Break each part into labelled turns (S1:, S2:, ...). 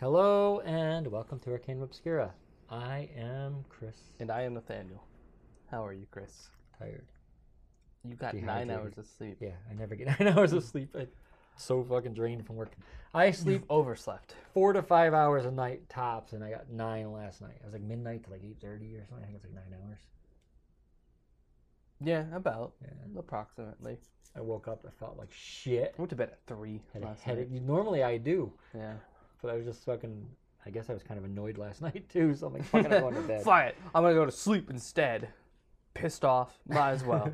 S1: Hello and welcome to Arcane Obscura. I am Chris.
S2: And I am Nathaniel. How are you, Chris?
S1: Tired.
S2: You got nine
S1: Dehydrated.
S2: hours of sleep.
S1: Yeah, I never get nine
S2: Mm.
S1: hours of sleep. I'm so fucking drained from work. I sleep
S2: You've overslept.
S1: four to five hours a night tops, and I got nine last night. It was like midnight to like eight thirty or something. I think it's like nine hours.
S2: Yeah, about.
S1: Yeah.
S2: Approximately.
S1: I woke up. I felt like shit.
S2: I went to bed at three
S1: Had a
S2: last
S1: headache.
S2: night.
S1: Normally I do,
S2: Yeah.
S1: but I was just fucking. I guess I was kind of annoyed last night too. So I'm like, fucking, I'm going to bed.
S2: Fly it. I'm gonna go to sleep instead. Pissed off. Might as well.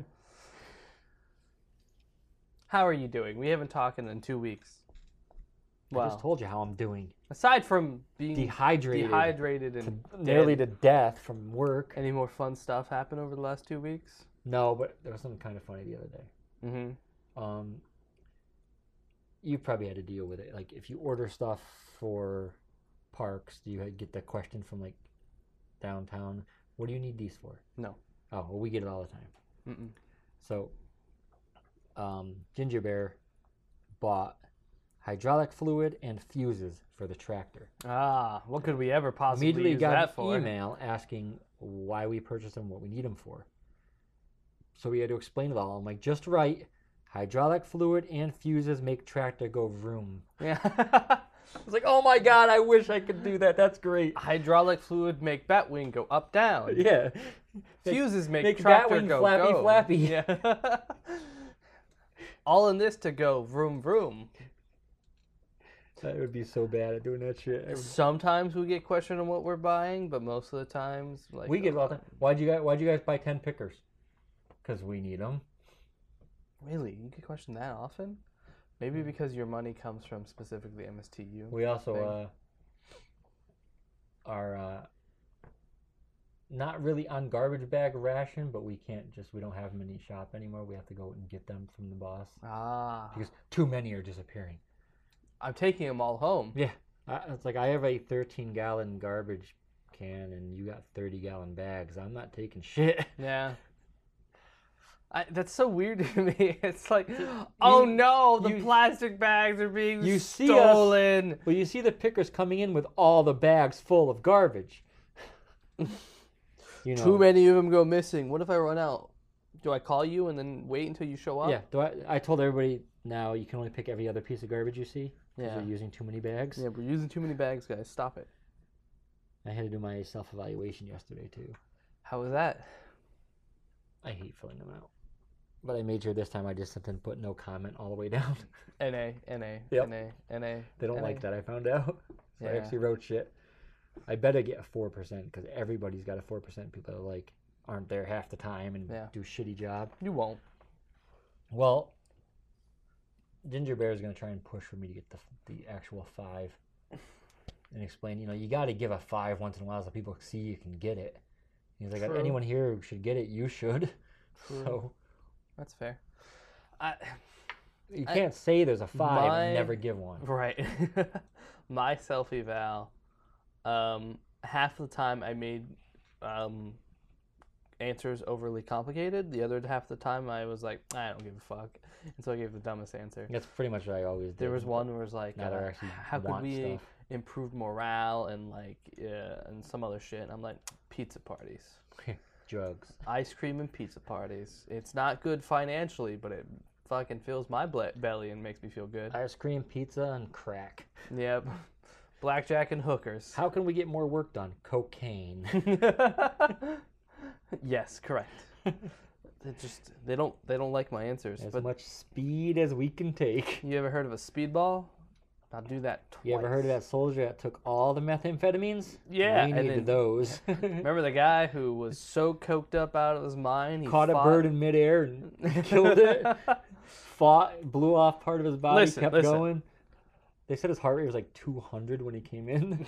S2: How are you doing? We haven't talked in two weeks.
S1: I just
S2: Well,
S1: told you how I'm doing.
S2: aside from being
S1: Dehydrated,
S2: dehydrated and
S1: nearly
S2: dead,
S1: to death from work.
S2: any more fun stuff happened over the last two weeks?
S1: No, but there was something kind of funny the other day.
S2: Mm-hmm.
S1: um you probably had to deal with it like if you order stuff for parks do you had- get the question from like downtown what do you need these for
S2: No.
S1: oh well we get it all the time
S2: Mm-mm.
S1: so um ginger bear bought hydraulic fluid and fuses for the tractor
S2: Ah, what could we ever possibly
S1: immediately
S2: use
S1: got
S2: that
S1: an
S2: for?
S1: email asking why we purchased them, what we need them for. So we had to explain it all. I'm like, just right. Hydraulic fluid and fuses make tractor go vroom.
S2: Yeah.
S1: I was like, oh my god, I wish I could do that. That's great.
S2: Hydraulic fluid make Batwing go up down.
S1: Yeah.
S2: Fuses make,
S1: make
S2: tractor
S1: Batwing
S2: go
S1: flappy
S2: go.
S1: flappy.
S2: Yeah. All in this to go vroom vroom.
S1: That would be so bad at doing that shit. I would-
S2: Sometimes we get questioned on what we're buying, but most of the times, like
S1: we get all the Why'd you guys? Why'd you guys buy ten pickers? Because we need them.
S2: really you get questioned that often. Maybe because your money comes from specifically MSTU.
S1: Hmm. We also
S2: thing.
S1: uh, are uh, not really on garbage bag ration, but we can't just we don't have them in the shop anymore. We have to go and get them from the boss
S2: Ah,
S1: because too many are disappearing.
S2: I'm taking them all home.
S1: Yeah, I, it's like I have a 13 gallon garbage can and you got 30 gallon bags. I'm not taking shit.
S2: Yeah. I, that's so weird to me. It's like, oh no, the
S1: you-
S2: plastic bags are being
S1: You see us-
S2: stolen.
S1: Well, you see the pickers coming in with all the bags full of garbage. you know.
S2: Too many of them go missing. What if I run out? Do I call you and then wait until you show up?
S1: Yeah, do I, I told everybody now you can only pick every other piece of garbage you see because
S2: Yeah.
S1: you're using too many bags.
S2: Yeah, we're using too many bags, guys. Stop it.
S1: I had to do my self evaluation yesterday too.
S2: How was that?
S1: I hate filling them out. But I made sure this time I just simply put no comment all the way down.
S2: NA, NA,
S1: Yep.
S2: NA, NA.
S1: they don't
S2: NA.
S1: like that, I found out. So I
S2: Yeah.
S1: actually wrote shit. I better get a 4% because everybody's got a 4% people that are like aren't there half the time and
S2: Yeah.
S1: do shitty job.
S2: You won't.
S1: Well, Ginger Bear is going to try and push for me to get the, the actual five and explain, you know, you got to give a five once in a while so people see you can get it. He's like, if
S2: True.
S1: anyone here who should get it, you should.
S2: True.
S1: So.
S2: That's fair. I,
S1: You
S2: I-
S1: can't say there's a five
S2: My-
S1: and never give one.
S2: right. My self eval. Um, half the time I made um, answers overly complicated. The other half the time I was like, I don't give a fuck. And so I gave the dumbest answer.
S1: That's pretty much what I always do.
S2: There was one where it was like,
S1: Now
S2: uh,
S1: they're actually
S2: how could
S1: want
S2: we
S1: stuff.
S2: improve morale and like uh, and some other shit? And I'm like, pizza parties,
S1: Drugs.
S2: ice cream and pizza parties. It's not good financially, but it fucking fills my ble- belly and makes me feel good.
S1: Ice cream, pizza, and crack.
S2: yep, blackjack and hookers.
S1: How can we get more work done? Cocaine.
S2: yes, correct. they just they don't they don't like my answers.
S1: as
S2: but
S1: much speed as we can take.
S2: you ever heard of a speedball? I'll do that twice.
S1: You ever heard of that soldier that took all the methamphetamines?
S2: Yeah,
S1: We
S2: and
S1: needed
S2: then-
S1: those.
S2: Remember the guy who was so coked up out of his mind? He
S1: Caught a
S2: fought-
S1: bird in midair and killed it. Fought, blew off part of his body,
S2: Listen,
S1: kept
S2: listen.
S1: going. They said his heart rate was like 200 when he came in.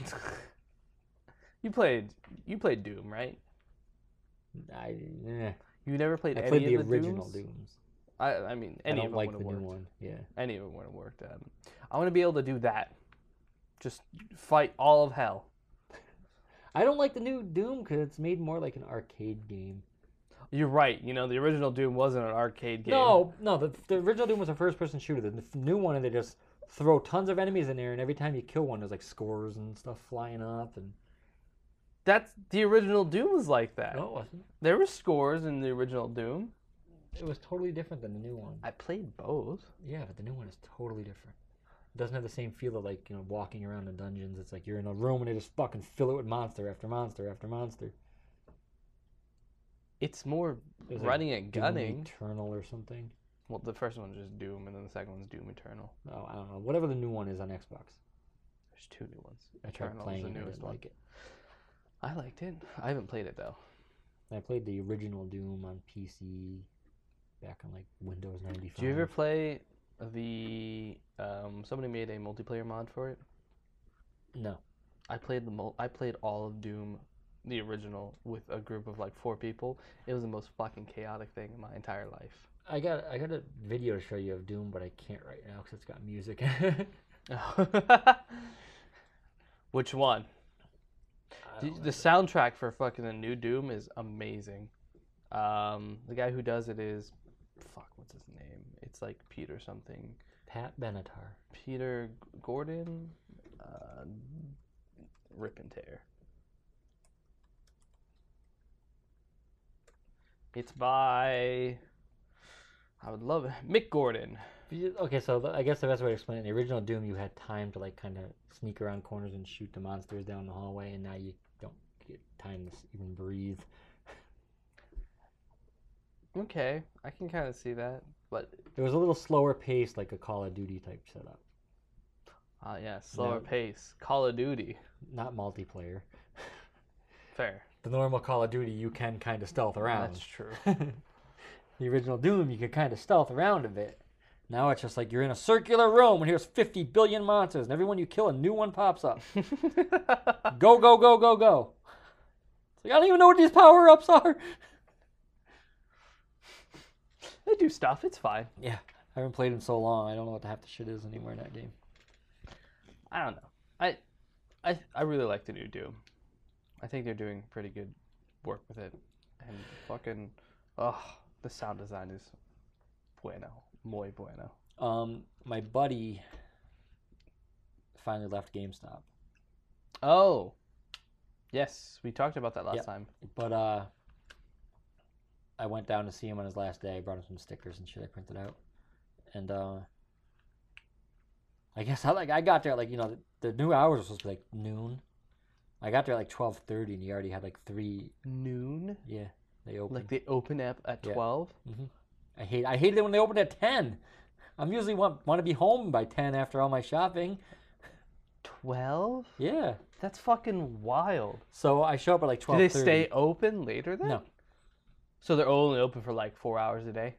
S2: You played you played Doom, right?
S1: I, eh.
S2: You never played
S1: I
S2: any
S1: played
S2: of
S1: the original
S2: Dooms?
S1: Dooms.
S2: I, I mean,
S1: I
S2: any
S1: don't
S2: of them
S1: like
S2: would
S1: the
S2: have
S1: new
S2: worked.
S1: one. Yeah.
S2: Any of them would have worked. Um, I want to be able to do that. Just fight all of hell.
S1: I don't like the new Doom because it's made more like an arcade game.
S2: You're right. You know, the original Doom wasn't an arcade game.
S1: No, no, the, the original Doom was a first person shooter. The n- new one, they just throw tons of enemies in there, and every time you kill one, there's like scores and stuff flying up. And
S2: That's the original Doom was like that.
S1: no, it wasn't.
S2: There were scores in the original Doom.
S1: It was totally different than the new one.
S2: I played both.
S1: Yeah, but the new one is totally different. It doesn't have the same feel of like you know walking around in dungeons. It's like you're in a room and they just fucking fill it with monster after monster after monster.
S2: It's more
S1: It was, like,
S2: running and
S1: Doom
S2: gunning.
S1: Eternal or something.
S2: Well, the first one's just Doom, and then the second one's Doom Eternal.
S1: No, I don't know. Whatever the new one is on Xbox.
S2: There's two new ones.
S1: I tried
S2: Eternal's
S1: playing
S2: the
S1: it. and I
S2: newest
S1: didn't
S2: one.
S1: like it.
S2: I liked it. I haven't played it though.
S1: And I played the original Doom on PC back on like Windows ninety five.
S2: Do you ever play the? Um, somebody made a multiplayer mod for it.
S1: No.
S2: I played the mul- I played all of Doom, the original, with a group of like four people. It was the most fucking chaotic thing in my entire life.
S1: I got I got a video to show you of Doom, but I can't right now because it's got music.
S2: Which one?
S1: I
S2: The,
S1: don't remember.
S2: the soundtrack for fucking the new Doom is amazing. Um, the guy who does it is, fuck, what's his name? It's like Peter something.
S1: Pat Benatar.
S2: Peter G- Gordon, uh, rip and tear. It's by. I would love it. Mick Gordon.
S1: You- Okay, so the- I guess the best way to explain it, in the original Doom, you had time to like kind of sneak around corners and shoot the monsters down the hallway, and now you don't get time to s- even breathe.
S2: Okay, I can kind of see that, but
S1: It was a little slower pace, like a Call of Duty type setup,
S2: uh, yeah, slower
S1: No.
S2: pace. Call of Duty.
S1: not multiplayer.
S2: Fair.
S1: The normal Call of Duty, you can kind of stealth around.
S2: That's true.
S1: the original Doom, you could kind of stealth around a bit. Now it's just like you're in a circular room, and here's 50 billion monsters, and every one you kill, a new one pops up. Go, go, go, go, go. It's like I don't even know what these power ups are.
S2: they do stuff. It's fine.
S1: Yeah, I haven't played in so long. I don't know what the half the shit is anymore in that game.
S2: I don't know. I, I, I really like the new Doom. I think they're doing pretty good work with it, and fucking, oh, the sound design is bueno, muy bueno.
S1: Um, my buddy finally left GameStop,
S2: Oh, yes, we talked about that last
S1: Yep.
S2: time.
S1: but uh, I went down to see him on his last day. I brought him some stickers and shit I printed out, and uh, I guess I like I got there like you know the, the new hours were supposed to be like noon. I got there at like twelve thirty, and he already had like three.
S2: Noon,
S1: Yeah, they opened.
S2: like they open up at
S1: Yeah.
S2: twelve.
S1: I hate I hated it when they opened at ten. I'm usually want want to be home by ten after all my shopping.
S2: Twelve?
S1: Yeah.
S2: That's fucking wild.
S1: So I show up at like
S2: Do
S1: twelve.
S2: they stay open later then?
S1: No.
S2: So they're only open for like four hours a day.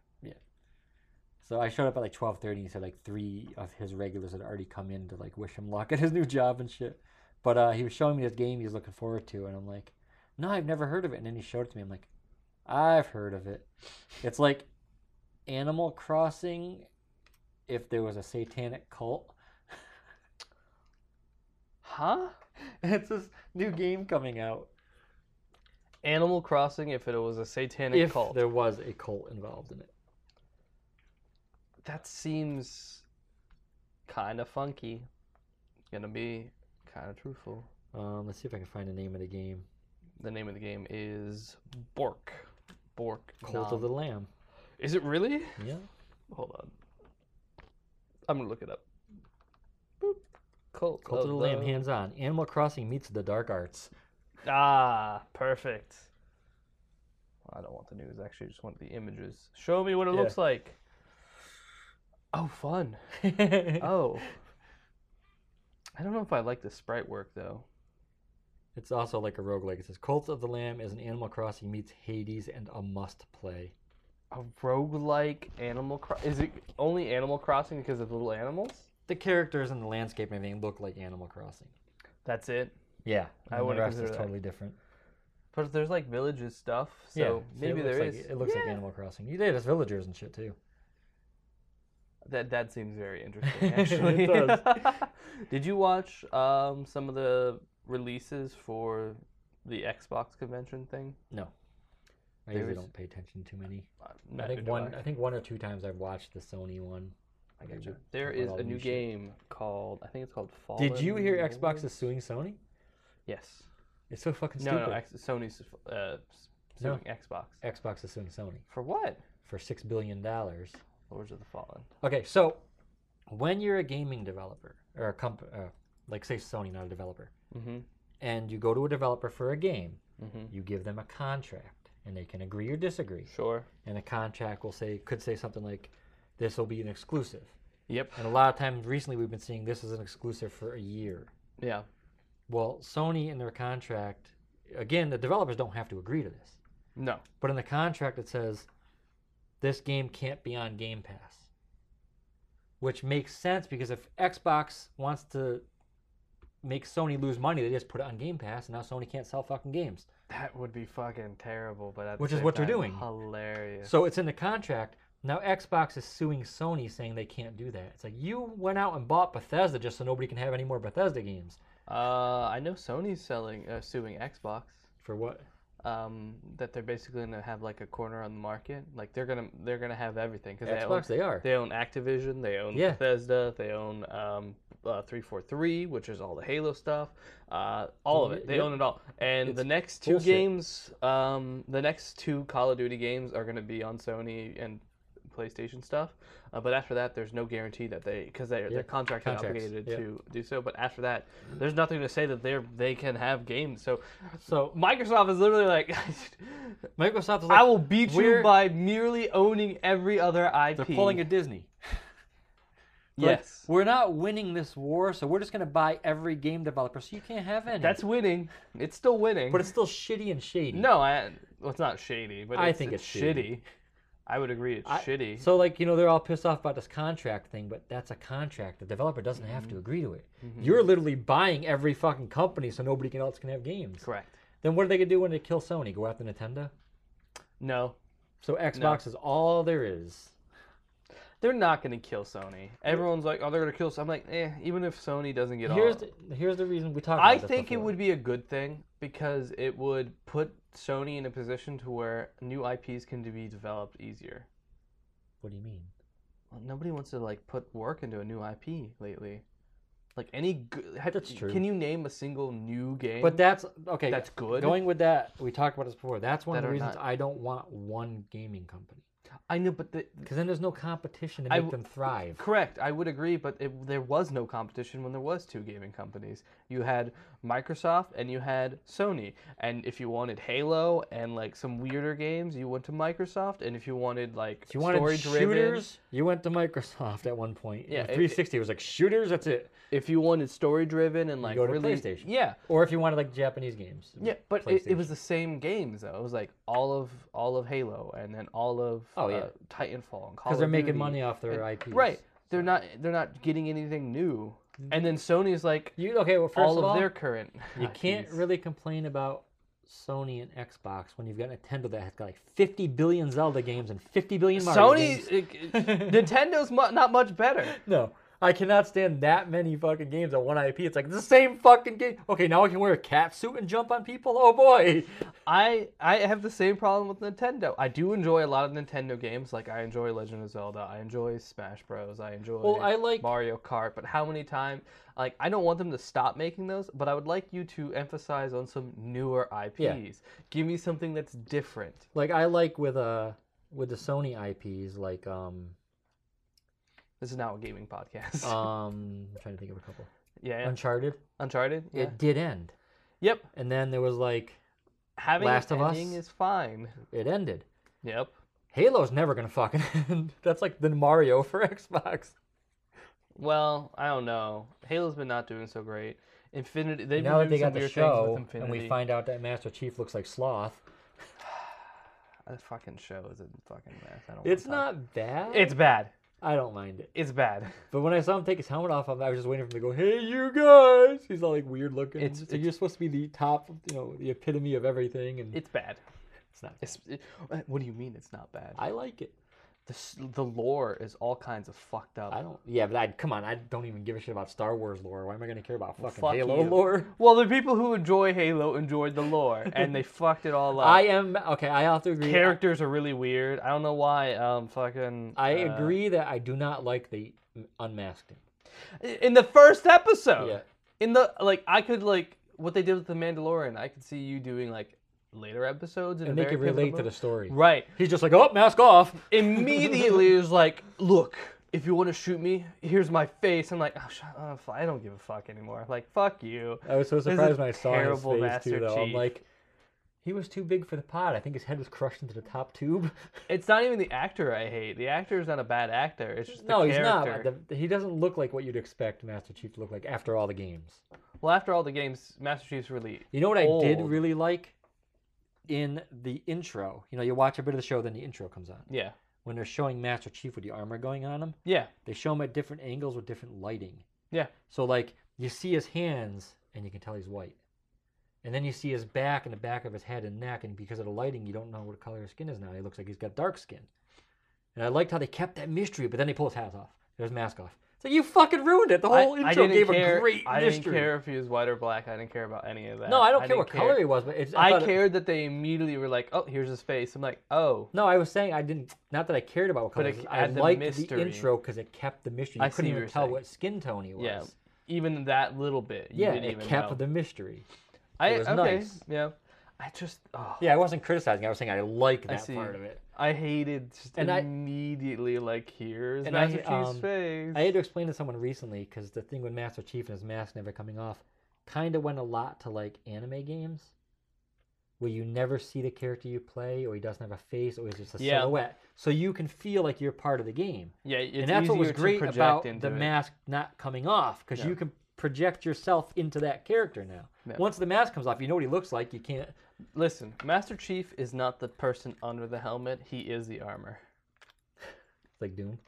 S1: So I showed up at like twelve thirty. He said like three of his regulars had already come in to like wish him luck at his new job and shit. But uh, he was showing me this game he was looking forward to, and I'm like, "No, I've never heard of it." And then he showed it to me. I'm like, "I've heard of it. It's like Animal Crossing, if there was a satanic cult."
S2: Huh?
S1: It's this new game coming out.
S2: Animal Crossing, if it was a satanic
S1: If
S2: cult.
S1: there was a cult involved in it.
S2: That seems kind of funky. Gonna be kind of truthful.
S1: Um, let's see if I can find the name of the game.
S2: The name of the game is Bork. Bork.
S1: Cult
S2: Nom.
S1: of the Lamb.
S2: Is it really?
S1: Yeah.
S2: Hold on. I'm gonna look it up. Boop. Cult,
S1: Cult of the Lamb, hands on. Animal Crossing meets the dark arts.
S2: Ah, perfect. I don't want the news. Actually, I just want the images. Show me what it
S1: Yeah.
S2: looks like. Oh, fun. Oh. I don't know if I like the sprite work though.
S1: It's also like a roguelike. It says Cult of the Lamb is an Animal Crossing meets Hades and a must play.
S2: A roguelike Animal Cro- Is it only Animal Crossing because of little animals?
S1: The characters and the landscape and everything look like Animal Crossing.
S2: That's it.
S1: Yeah.
S2: I
S1: and the
S2: wouldn't
S1: rest is
S2: consider that.
S1: totally different.
S2: But there's like villages stuff, so
S1: yeah,
S2: maybe there is.
S1: Like, it looks like
S2: Yeah.
S1: Animal Crossing. You did, it's villagers and shit too.
S2: That that seems very interesting. Actually,
S1: It
S2: did you watch um, some of the releases for the Xbox convention thing?
S1: No. I
S2: There
S1: usually
S2: is-
S1: don't pay attention to many.
S2: Uh,
S1: I
S2: neither
S1: think
S2: do
S1: one I think one or two times I've watched the Sony one.
S2: I
S1: Okay,
S2: got
S1: we
S2: you. There
S1: talk about
S2: is
S1: all
S2: a
S1: the
S2: new
S1: new shit.
S2: game called I think it's called Fall.
S1: Did you hear Xbox is suing Sony?
S2: Yes.
S1: It's so fucking
S2: No,
S1: stupid.
S2: no. X, Sony's uh, s-
S1: No.
S2: suing Xbox
S1: Xbox is suing Sony
S2: for what?
S1: for six billion dollars.
S2: Lords of the Fallen.
S1: Okay, so when you're a gaming developer or a comp, uh, like say Sony, not a developer,
S2: Mm-hmm.
S1: and you go to a developer for a game,
S2: Mm-hmm.
S1: you give them a contract, and they can agree or disagree.
S2: Sure.
S1: And the contract will say could say something like, "This will be an exclusive."
S2: Yep.
S1: And a lot of times recently, we've been seeing this is an exclusive for a year.
S2: Yeah.
S1: Well, Sony in their contract, again, the developers don't have to agree to this,
S2: No.
S1: but in the contract it says this game can't be on Game Pass, which makes sense because if Xbox wants to make Sony lose money, they just put it on Game Pass, and now Sony can't sell fucking games.
S2: That would be fucking terrible, but at the
S1: Which is
S2: same
S1: what they're
S2: time,
S1: doing.
S2: Hilarious.
S1: So it's in the contract. Now Xbox is suing Sony saying they can't do that. It's like you went out and bought Bethesda just so nobody can have any more Bethesda games.
S2: Uh, I know Sony's selling uh, suing Xbox.
S1: For what?
S2: Um, that they're basically gonna have like a corner on the market. Like they're gonna they're gonna have everything because they own
S1: Xbox, they are.
S2: they own Activision, they own
S1: Yeah.
S2: Bethesda, they own um, uh, 343, which is all the Halo stuff, uh, all of
S1: Y-
S2: it. They
S1: yep.
S2: own it all. And the
S1: It's
S2: next two
S1: bullshit.
S2: games, um, the next two Call of Duty games are going to be on Sony and PlayStation stuff. Uh, but after that, there's no guarantee that they because they
S1: Yeah.
S2: they're contracted
S1: Contracts.
S2: obligated
S1: Yeah.
S2: to do so. But after that, there's nothing to say that they're they can have games. So
S1: So
S2: Microsoft is literally like.
S1: Microsoft is like,
S2: I will beat you
S1: We're-
S2: by merely owning every other IP.
S1: they're pulling a Disney. Like,
S2: yes.
S1: we're not winning this war, so we're just going to buy every game developer, so you can't have any.
S2: That's winning. It's still winning.
S1: but it's still shitty and shady.
S2: no, I, well, it's not shady, but
S1: I
S2: it's-
S1: think
S2: it's,
S1: it's
S2: shitty.
S1: shady.
S2: I would agree it's
S1: I-
S2: shitty.
S1: So, like, you know, they're all pissed off about this contract thing, but that's a contract. The developer doesn't have
S2: Mm-hmm.
S1: to agree to it. You're literally buying every fucking company so nobody can, else can have games.
S2: Correct.
S1: Then what are they going to do when they kill Sony? Go after Nintendo?
S2: No,
S1: So Xbox is all there is.
S2: they're not going to kill Sony. Everyone's like, oh, they're going to kill. Sony. I'm like, eh. Even if Sony doesn't get
S1: Here's
S2: all,
S1: the, here's the reason we talked about
S2: I
S1: this
S2: think it
S1: before.
S2: would be a good thing because it would put Sony in a position to where new IPs can be developed easier.
S1: What do you mean?
S2: Well, nobody wants to like put work into a new IP lately. Like any good, ha-
S1: That's true.
S2: Can you name a single new game?
S1: But that's okay.
S2: that's good.
S1: Going with that, we talked about this before. That's one of
S2: That
S1: the
S2: are
S1: reasons
S2: not-
S1: I don't want one gaming company
S2: I know, but the,
S1: because then there's no competition to
S2: I
S1: make
S2: w-
S1: them thrive.
S2: Correct. I would agree, but it, there was no competition when there was two gaming companies. You had Microsoft and you had Sony. And if you wanted Halo and like some weirder games, you went to Microsoft. And if you wanted like
S1: If you wanted
S2: story-driven-
S1: shooters, you went to Microsoft at one point.
S2: Yeah,
S1: Yeah,
S2: it- it-
S1: 360 was like shooters. That's it.
S2: if you wanted story driven and like
S1: go to
S2: really,
S1: PlayStation.
S2: yeah,
S1: Or if you wanted like Japanese games. it was
S2: yeah. But it, it
S1: PlayStation.
S2: was the same games though. It was like all of all of Halo and then all of
S1: Oh, yeah.
S2: uh, Titanfall and Call of
S1: because they're making
S2: Duty.
S1: money off their IPs.
S2: Right. They're not. They're not getting anything new. And then Sony's like
S1: You okay? Well, Mm-hmm. first
S2: all
S1: of
S2: of
S1: all,
S2: their current.
S1: you can't
S2: IPs.
S1: really complain about Sony and Xbox when you've got Nintendo that has got like 50 billion Zelda games and 50 billion Mario
S2: Sony,
S1: games.
S2: it- Nintendo's mu- not much better.
S1: No, I cannot stand that many fucking games on one IP. It's like the same fucking game. Okay, now I can wear a cat suit and jump on people. Oh boy.
S2: I I have the same problem with Nintendo. I do enjoy a lot of Nintendo games. Like I enjoy Legend of Zelda. I enjoy Smash Bros. I enjoy
S1: Well, I like-
S2: Mario Kart. But how many times? Like I don't want them to stop making those. But I would like you to emphasize on some newer IPs. Give me something that's different.
S1: Like I like with uh with the Sony IPs, like um
S2: This is now a gaming podcast.
S1: um I'm trying to think of a couple.
S2: yeah, yeah.
S1: Uncharted.
S2: Uncharted. Yeah.
S1: It did end,
S2: Yep.
S1: and then there was like
S2: Having
S1: Last
S2: an
S1: of Us?
S2: ending is fine.
S1: it ended.
S2: Yep.
S1: Halo's never gonna fucking end. That's like the Mario for Xbox.
S2: Well, I don't know. Halo's been not doing so great. Infinity. They've
S1: now
S2: been
S1: that they got the
S2: doing some weird
S1: show,
S2: things with
S1: and
S2: Infinity.
S1: we find out that Master Chief looks like Sloth.
S2: that fucking show is a fucking mess. I don't.
S1: It's
S2: wanna talk-
S1: not bad.
S2: It's bad.
S1: I don't mind it.
S2: It's bad.
S1: But when I saw him take his helmet off, I was just waiting for him to go, "Hey, you guys!" He's all like weird looking.
S2: It's-
S1: It's, so you're supposed to be the top, you know, the epitome of everything, and
S2: It's bad.
S1: it's not.
S2: It's, it, what do you mean it's not bad?
S1: I like it.
S2: The, s- the lore is all kinds of fucked up.
S1: I don't. Yeah, but I come on. I don't even give a shit about Star Wars lore. Why am I gonna care about fucking
S2: fuck
S1: Halo
S2: you.
S1: lore?
S2: Well, the people who enjoy Halo enjoyed the lore, and they fucked it all up.
S1: I am okay. I have to agree.
S2: Characters are really weird. I don't know why. Um, fucking.
S1: I
S2: uh,
S1: agree that I do not like the unmasking.
S2: In the first episode.
S1: Yeah.
S2: In the like, I could like what they did with the Mandalorian. I could see you doing like later episodes, in
S1: And
S2: a
S1: they
S2: very
S1: can relate to the
S2: pivotal-
S1: story.
S2: Right.
S1: He's just like, oh, mask off.
S2: Immediately, it was like, look. If you want to shoot me, here's my face. I'm like, oh, shut up. I don't give a fuck anymore. Like, fuck you.
S1: I was so
S2: is
S1: surprised when I saw his
S2: terrible
S1: face
S2: Master
S1: too. Though I'm
S2: Chief.
S1: like, he was too big for the pod. I think his head was crushed into the top tube.
S2: It's not even the actor I hate. The actor is not a bad actor. It's just the
S1: no, he's not.
S2: character.
S1: but the- he doesn't look like what you'd expect Master Chief to look like after all the games.
S2: Well, after all the games, Master Chief's really
S1: You know what I did
S2: Old.
S1: really like in the intro. You know, you watch a bit of the show, then the intro comes on.
S2: yeah
S1: When they're showing Master Chief with the armor going on him,
S2: yeah
S1: they show him at different angles with different lighting.
S2: Yeah.
S1: So like you see his hands and you can tell he's white. And then you see his back and the back of his head and neck, and because of the lighting, you don't know what color his skin is now. He looks like he's got dark skin. And I liked how they kept that mystery, but then they pull his hat off, his mask off. It's like you fucking ruined it. The whole
S2: I, I
S1: intro
S2: didn't
S1: gave
S2: care.
S1: a great
S2: I
S1: mystery.
S2: didn't care if he was white or black. I didn't care about any of that.
S1: No, I don't care
S2: didn't
S1: what color he was, but it's,
S2: I,
S1: thought it-
S2: cared that they immediately were like, "Oh, here's his face." I'm like, "Oh,
S1: No, I was saying I didn't. Not that I cared about what color.
S2: But
S1: it
S2: it
S1: was, I
S2: had the
S1: liked the
S2: mystery.
S1: intro because it kept the mystery. You
S2: I see
S1: couldn't
S2: what
S1: even
S2: you're
S1: tell
S2: saying.
S1: what skin tone he was.
S2: Yeah. even that little bit." You
S1: Yeah,
S2: didn't
S1: it
S2: even
S1: kept
S2: know.
S1: the mystery.
S2: I
S1: was
S2: okay,
S1: nice.
S2: yeah. I just, oh,
S1: Yeah, I wasn't criticizing. I was saying I like that
S2: see.
S1: part of it.
S2: I hated just
S1: And I-
S2: immediately. like, here's
S1: And I-
S2: Master Chief's
S1: um,
S2: face.
S1: I had to explain to someone recently because the thing with Master Chief and his mask never coming off kind of went a lot to like anime games where you never see the character you play or he doesn't have a face or he's just a
S2: Yeah.
S1: silhouette. So you can feel like you're part of the game.
S2: yeah, it's
S1: and that's what was
S2: easier to
S1: great
S2: project
S1: about
S2: into
S1: the
S2: it.
S1: mask not coming off because
S2: Yeah.
S1: you can project yourself into that character now.
S2: Yeah.
S1: Once the mask comes off, you know what he looks like. You can't.
S2: Listen, Master Chief is not the person under the helmet. He is the armor.
S1: It's like Doom.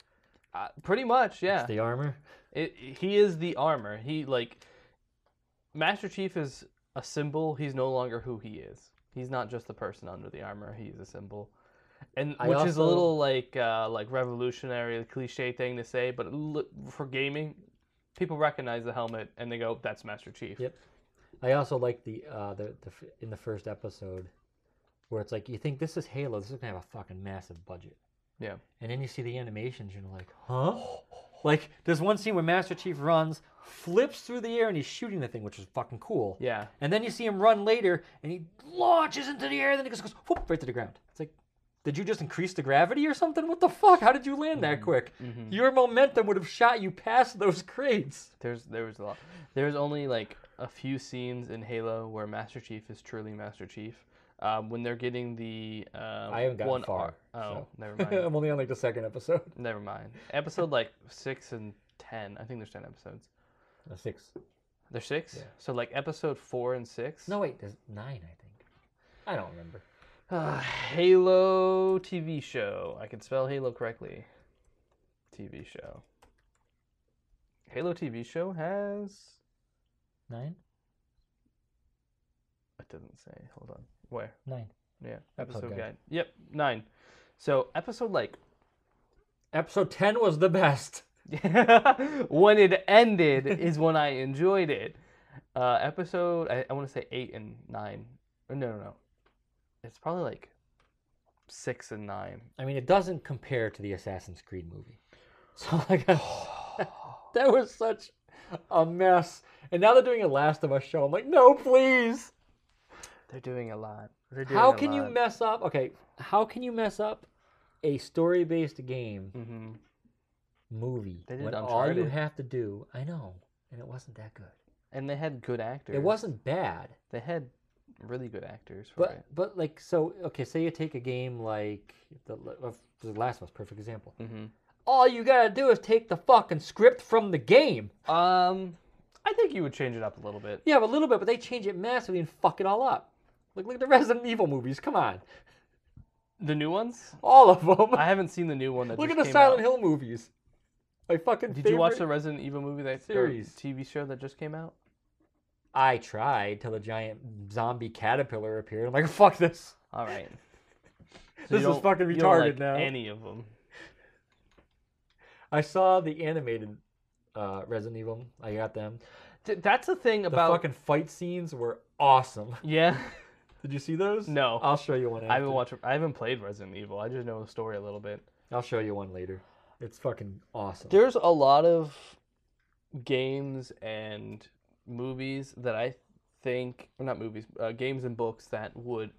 S2: Uh, pretty much, yeah.
S1: It's the armor.
S2: It, he is the armor. He like Master Chief is a symbol. He's no longer who he is. He's not just the person under the armor. He's a symbol, and
S1: I
S2: which is a
S1: also-
S2: little like uh, like revolutionary cliche thing to say, but l- for gaming, people recognize the helmet and they go, "That's Master Chief."
S1: Yep. I also like the uh the, the f- in the first episode where it's like you think this is Halo. This is gonna have a fucking massive budget.
S2: Yeah.
S1: And then you see the animations, and you're like, huh? Like there's one scene where Master Chief runs, flips through the air, and he's shooting the thing, which is fucking cool.
S2: Yeah.
S1: And then you see him run later, and he launches into the air, and then he just goes whoop right to the ground. It's like, did you just increase the gravity or something? What the fuck? How did you land that quick? Your momentum would have shot you past those crates.
S2: There's there was a lot. There's only like a few scenes in Halo where Master Chief is truly Master Chief. Um, when they're getting the um,
S1: I haven't gotten
S2: one
S1: far,
S2: ar- oh,
S1: so.
S2: never mind.
S1: I'm only on like the second episode.
S2: Never mind. Episode like six and ten. I think there's ten episodes.
S1: six.
S2: There's six. So like episode four and six.
S1: No, wait, there's nine, I think. I don't remember.
S2: Uh, Halo TV show. I can spell Halo correctly. TV show. Halo TV show has.
S1: Nine?
S2: It doesn't say. Hold on. Where?
S1: Nine.
S2: Yeah.
S1: Episode
S2: Episode,
S1: guide.
S2: guide. Yep. Nine. So episode like
S1: Episode 10 was the best.
S2: when it ended is when I enjoyed it. Uh, episode I, I want to say eight and nine. Or no, no, no. It's probably like six and nine.
S1: I mean, it doesn't compare to the Assassin's Creed movie. So, like, that was such a mess. And now they're doing a Last of Us show. I'm like, no, please.
S2: They're doing a lot. They're doing
S1: How
S2: a
S1: can you
S2: lot.
S1: mess up? Okay, how can you mess up a story based game
S2: Mhm.
S1: movie
S2: They did
S1: when all you
S2: Uncharted.
S1: have to do? I know. And it wasn't that good.
S2: And they had good actors.
S1: It wasn't bad.
S2: They had really good actors for
S1: But
S2: it.
S1: but like so okay, say you take a game like the, uh, the last one's a perfect example.
S2: Mm-hmm.
S1: All you gotta do is take the fucking script from the game.
S2: Um, I think you would change it up a little bit.
S1: Yeah, have a little bit, but they change it massively and fuck it all up. Like look at the Resident Evil movies. Come on,
S2: The new ones.
S1: all of them.
S2: I haven't seen the new one that
S1: look at
S2: just
S1: the
S2: came
S1: Silent
S2: out.
S1: Hill movies. My fucking.
S2: Did you watch the
S1: favorite-
S2: Resident Evil movie that or
S1: series.
S2: TV show that just came out?
S1: I tried till the giant zombie caterpillar appeared. I'm like, fuck this.
S2: All right.
S1: This
S2: you
S1: is
S2: don't-
S1: fucking
S2: you don't
S1: retarded
S2: like
S1: now.
S2: Any of them.
S1: I saw the animated uh, Resident Evil. I got them.
S2: Th- that's the thing
S1: The
S2: about
S1: fucking fight scenes were awesome.
S2: yeah.
S1: Did you see those?
S2: No.
S1: I'll show you one. After.
S2: I haven't watched. I haven't played Resident Evil. I just know the story a little bit.
S1: I'll show you one later. It's fucking awesome.
S2: There's a lot of games and movies that I think, or not movies, uh, games and books that would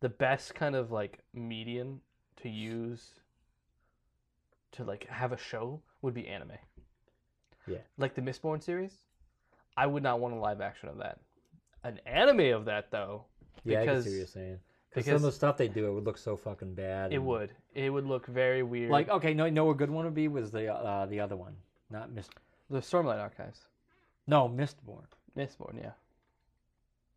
S2: the best kind of like medium to use to like have a show would be anime.
S1: Yeah.
S2: Like the Mistborn series, I would not want a live action of that. An anime of that though,
S1: yeah, I can
S2: because
S1: see what you're saying. Because some of
S2: because
S1: the stuff they do, it would look so fucking bad.
S2: it
S1: and-
S2: would it would look very weird.
S1: Mm. Like oh, okay, no, no, a good one would be was the uh, the other one, not Mist.
S2: the Stormlight Archives,
S1: No, Mistborn,
S2: Mistborn, yeah.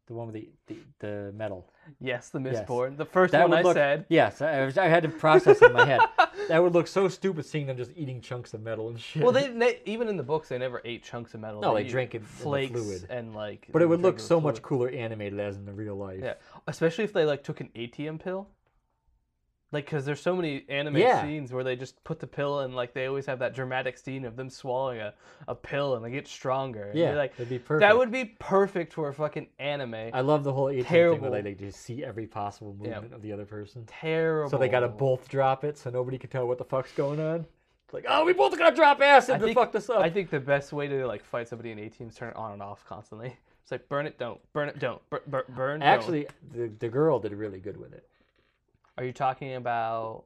S1: the one with the the, the metal.
S2: Yes, the
S1: Yes.
S2: Mistborn. The first
S1: That
S2: one
S1: would
S2: I
S1: look.
S2: said.
S1: Yes, I, was- I had to process in my head. That would look so stupid seeing them just eating chunks of metal and shit.
S2: Well, they, they even in the books they never ate chunks of metal.
S1: No, they
S2: ate
S1: drank it in the
S2: flakes
S1: fluid.
S2: and like.
S1: But it
S2: they
S1: would
S2: drank
S1: look
S2: in the
S1: so much
S2: fluid.
S1: cooler animated as in the real life.
S2: Yeah, especially if they like took an ATM pill. Like, because there's so many anime
S1: Yeah.
S2: scenes where they just put the pill and like they always have that dramatic scene of them swallowing a, a pill and they get stronger. And
S1: Yeah,
S2: you're like
S1: it'd be perfect.
S2: that would be perfect for a fucking anime.
S1: I love the whole ATM thing where
S2: Terrible.
S1: they like, just see every possible movement of the other person.
S2: Terrible.
S1: So they gotta both drop it so nobody can tell what the fuck's going on. It's like, oh, we both gotta drop acid
S2: I
S1: to
S2: think-
S1: fuck this up.
S2: I think the best way to like fight somebody in ATM is turn it on and off constantly. It's like burn it, don't burn it, don't burn, burn, burn don't.
S1: Actually, the, the girl did really good with it.
S2: Are you talking about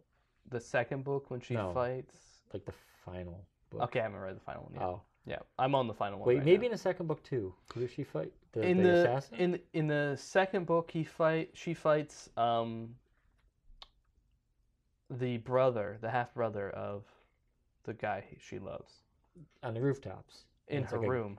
S2: the second book when she
S1: No.
S2: fights?
S1: Like the final book.
S2: Okay, I haven't read the final one yet.
S1: Oh.
S2: Yeah, I'm on the final one.
S1: Wait,
S2: right
S1: maybe in the second book too. Who does she fight? The,
S2: now. in
S1: the,
S2: the
S1: assassin?
S2: in in the second book, he fight she fights um the brother, the half brother of the guy she loves
S1: On the rooftops. And
S2: in
S1: it's
S2: her
S1: like a-
S2: room.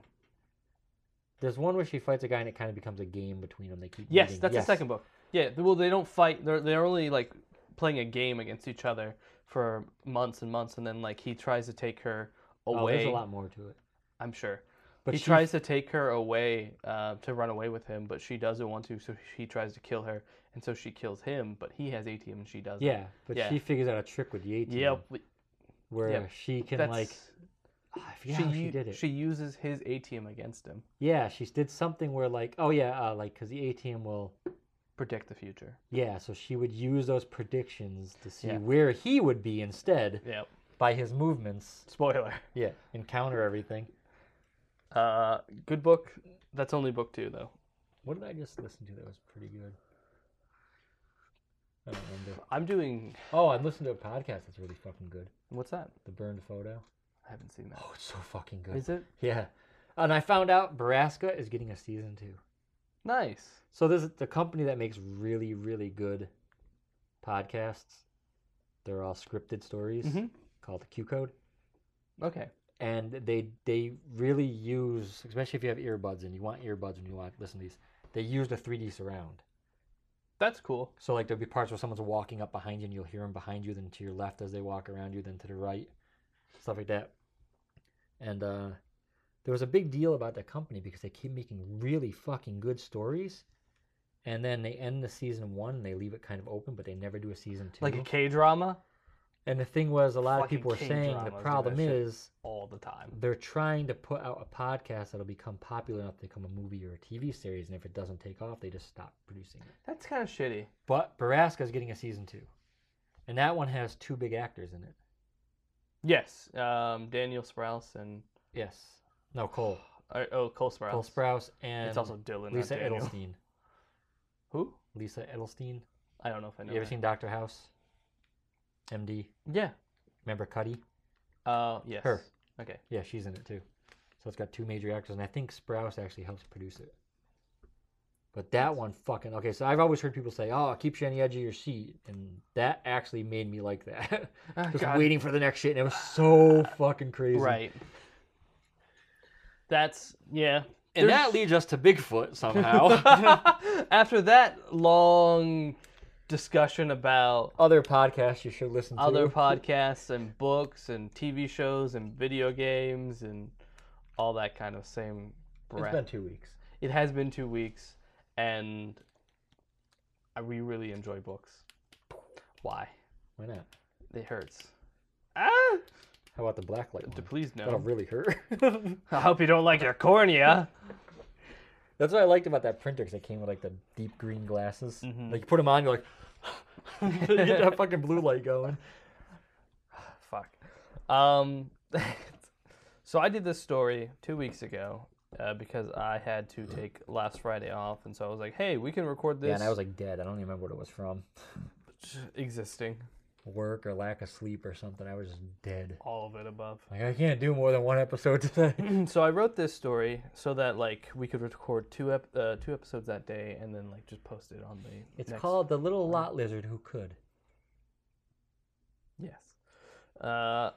S1: there's one where she fights a guy and it kind of becomes a game between them. They keep
S2: Yes,
S1: meeting.
S2: that's the second book. Yeah, th- well, they don't fight. They're they're only like playing a game against each other for months and months, and then like he tries to take her
S1: Oh,
S2: away.
S1: there's a lot more to it.
S2: I'm sure.
S1: But
S2: he
S1: she-
S2: tries to take her away uh, to run away with him, but she doesn't want to, so she tries to kill her, and so she kills him, but he has ATM and she doesn't.
S1: Yeah, but
S2: Yeah.
S1: she figures out a trick with the ATM
S2: Yep. we-
S1: where
S2: Yep.
S1: she can
S2: That's,
S1: like Ah, I forget how she
S2: u-
S1: did it.
S2: She uses his ATM against him.
S1: Yeah, she did something where like oh yeah, uh, like because the ATM will
S2: Predict the future.
S1: yeah, so she would use those predictions to see
S2: Yeah.
S1: where he would be instead
S2: Yep.
S1: by his movements.
S2: Spoiler.
S1: Yeah, encounter everything.
S2: Uh, good book. That's only book two though.
S1: What did I just listen to that was pretty good? I don't remember.
S2: I'm doing.
S1: Oh, I listened to a podcast that's really fucking good.
S2: What's that?
S1: The Burned Photo.
S2: I haven't seen that.
S1: Oh, it's so fucking good.
S2: Is it
S1: Yeah. And I found out Baraska is getting a season two.
S2: nice?
S1: So this is the company that makes really, really good podcasts. They're all scripted stories
S2: Mhm.
S1: called the Q Code.
S2: Okay.
S1: And they they really use especially if you have earbuds and you want earbuds when you want listen to these, they use the three D surround.
S2: That's cool.
S1: So like there'll be parts where someone's walking up behind you and you'll hear them behind you, then to your left as they walk around you, then to the right, stuff like that. And uh, there was a big deal about that company because they keep making really fucking good stories, and then they end the season one and they leave it kind of open, but they never do a season two.
S2: Like a K drama
S1: and the thing was, a lot of
S2: Fucking
S1: people were
S2: K
S1: saying
S2: dramas
S1: the
S2: do that
S1: problem
S2: shit.
S1: is
S2: all the time.
S1: they're trying to put out a podcast that'll become popular enough to become a movie or a TV series, and if it doesn't take off, they just stop producing it.
S2: That's kind of shitty.
S1: But Baraska's getting a season two. And that one has two big actors in it.
S2: Yes. Um, Daniel Sprouse and
S1: Yes. No, Cole.
S2: or- oh Cole Sprouse.
S1: Cole Sprouse and
S2: It's also Dylan.
S1: Lisa
S2: not Daniel.
S1: Edelstein.
S2: Who?
S1: Lisa Edelstein.
S2: I don't know if I know.
S1: You ever
S2: that.
S1: seen Doctor House? MD.
S2: Yeah.
S1: Remember Cuddy?
S2: Uh, yes.
S1: Her.
S2: Okay.
S1: Yeah, she's in it too. So it's got two major actors, and I think Sprouse actually helps produce it. But that one fucking okay. So I've always heard people say, "Oh, it keeps you on the edge of your seat," and that actually made me like that.
S2: Ah,
S1: Just
S2: God.
S1: waiting for the next shit, and it was so fucking crazy.
S2: Right. That's yeah.
S1: And
S2: There's-
S1: that leads us to Bigfoot somehow.
S2: After that long discussion about
S1: Other podcasts you should listen to.
S2: other podcasts and books and TV shows and video games and all that kind of same
S1: It's
S2: breath.
S1: been two weeks.
S2: it has been two weeks, and I- we really enjoy books. Why?
S1: Why not?
S2: It hurts. Ah!
S1: How about the black light?
S2: D-
S1: one?
S2: please
S1: That'll
S2: no.
S1: really hurt.
S2: I hope you don't like your cornea.
S1: That's what I liked about that printer because it came with like the deep green glasses.
S2: Mhm.
S1: Like you put them on, you're like, you get that fucking blue light going.
S2: Fuck. Um, so I did this story two weeks ago uh, because I had to take last Friday off, and so I was like, "Hey, we can record this."
S1: Mm. Yeah, and I was like dead. I don't even remember what it was from.
S2: existing,
S1: Work or lack of sleep or something. I was just dead.
S2: all of it above.
S1: Like I can't do more than one episode today.
S2: Mm, so I wrote this story so that like we could record two ep- uh, two episodes that day, and then like just post it on the.
S1: It's
S2: next-
S1: called The Little Lot Lizard Who Could.
S2: yes. Uh,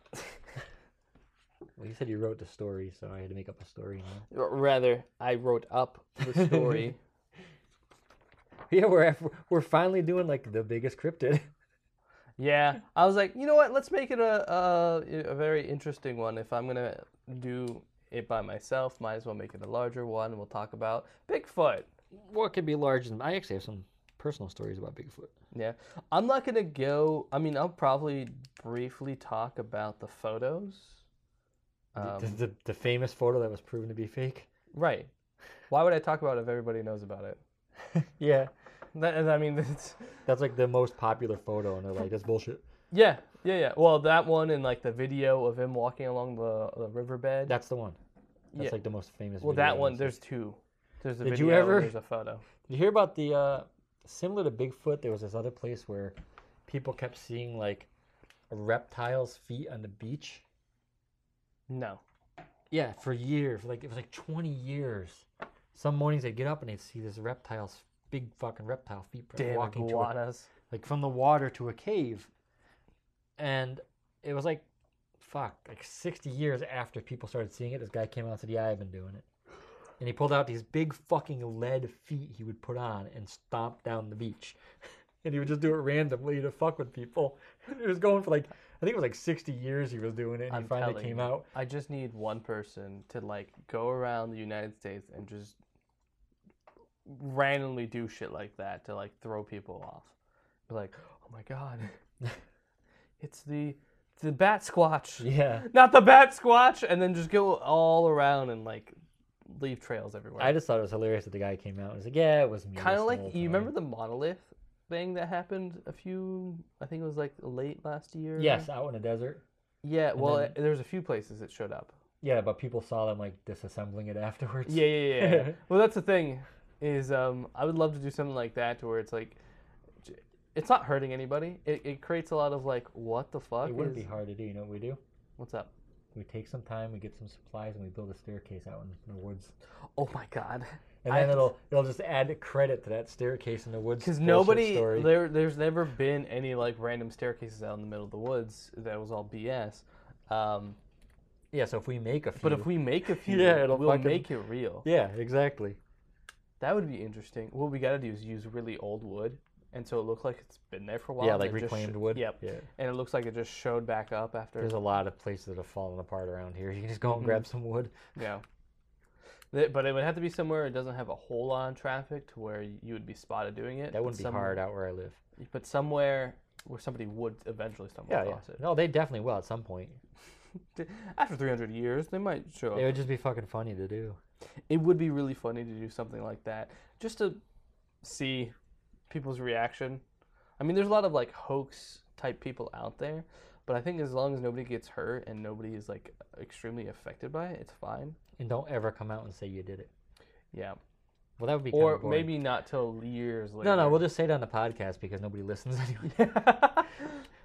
S1: Well, you said you wrote the story, so I had to make up a story. Now.
S2: r- rather, I wrote up the story.
S1: Yeah, we're at, we're finally doing like the biggest cryptid.
S2: Yeah, I was like, you know what? Let's make it a a, a very interesting one. If I'm gonna do it by myself, might as well make it a larger one. We'll talk about Bigfoot.
S1: Well, it could be large, and I actually have some personal stories about Bigfoot.
S2: Yeah, I'm not gonna go. I mean, I'll probably briefly talk about the photos.
S1: The-
S2: Um,
S1: the, the, the famous photo that was proven to be fake.
S2: right. Why would I talk about it if everybody knows about it?
S1: Yeah,
S2: That, I mean, it's,
S1: that's like the most popular photo, and they're like, "That's bullshit."
S2: yeah, yeah, yeah. Well, that one and like the video of him walking along the, the riverbed.
S1: That's the one. That's
S2: Yeah.
S1: like the most famous.
S2: well,
S1: video
S2: that
S1: I've
S2: one.
S1: seen.
S2: There's two. There's a
S1: Did you
S2: video. and
S1: ever-
S2: There's a photo.
S1: You hear about the uh, similar to Bigfoot? There was this other place where people kept seeing like a reptile's feet on the beach.
S2: No.
S1: Yeah, for years. Like it was like 20 years. Some mornings they'd get up and they'd see this reptile's big fucking reptile feet print
S2: Damn
S1: walking to a,
S2: iguanas.
S1: like from the water to a cave. And it was like fuck, like 60 years after people started seeing it, this guy came out and said, "Yeah, I've been doing it." And he pulled out these big fucking lead feet he would put on and stomp down the beach. And he would just do it randomly to fuck with people. It was going for like I think it was like 60 years he was doing it and
S2: I'm
S1: he finally
S2: telling
S1: came
S2: you.
S1: out.
S2: I just need one person to like go around the United States and just randomly do shit like that to like throw people off. Be like, oh my god, it's the it's the bat squatch,
S1: Yeah.
S2: not the bat squatch, and then just go all around and like leave trails everywhere.
S1: I just thought it was hilarious that the guy came out and was like, "Yeah, it was me."
S2: kind
S1: this
S2: of like
S1: whole
S2: you
S1: time."
S2: remember the monolith thing that happened a few, I think it was like late last year.
S1: Yes, out in the desert.
S2: Yeah. Well,
S1: then-
S2: there was a few places it showed up.
S1: Yeah, but people saw them like disassembling it afterwards.
S2: Yeah, yeah, yeah, yeah. well, that's the thing is um, I would love to do something like that to where it's like j- it's not hurting anybody. It, it creates a lot of like what the fuck
S1: it wouldn't
S2: is-
S1: be hard to do. You know what we do?
S2: what's up?
S1: We take some time, we get some supplies, and we build a staircase out in the woods.
S2: Oh my god.
S1: And
S2: I-
S1: then it'll it'll just add credit to that staircase in the woods.
S2: Because
S1: bullshit
S2: nobody
S1: story.
S2: there, there's never been any like random staircases out in the middle of the woods. That was all BS. Um,
S1: Yeah, so if we make a few.
S2: but if we make a few,
S1: Hmm. Yeah, it'll
S2: we'll
S1: fucking-
S2: make it real.
S1: Yeah, exactly.
S2: That would be interesting. What we gotta do is use really old wood, and so it looks like it's been there for a while.
S1: yeah,
S2: and
S1: like
S2: it just
S1: reclaimed
S2: sh-
S1: wood.
S2: Yep.
S1: Yeah.
S2: And it looks like it just showed back up after
S1: There's a lot of places that have fallen apart around here. You can just go
S2: Mm-hmm.
S1: and grab some wood.
S2: Yeah. Th- But it would have to be somewhere it doesn't have a whole lot of traffic to where you would be spotted doing it.
S1: That
S2: but
S1: wouldn't be
S2: some-
S1: hard out where I live.
S2: But somewhere where somebody would eventually stumble
S1: Yeah, yeah.
S2: across
S1: No, they definitely will at some point.
S2: it. D- After 300 years, they might
S1: It
S2: show up.
S1: would just be fucking funny to do.
S2: It would be really funny to do something like that just to see people's reaction. I mean, there's a lot of like hoax type people out there, but I think as long as nobody gets hurt and nobody is like extremely affected by it, it's fine.
S1: And don't ever come out and say you did it.
S2: Yeah.
S1: Well, that would be
S2: Or
S1: kinda boring.
S2: maybe not till years later.
S1: no, no. We'll just say it on the podcast because nobody listens anyway.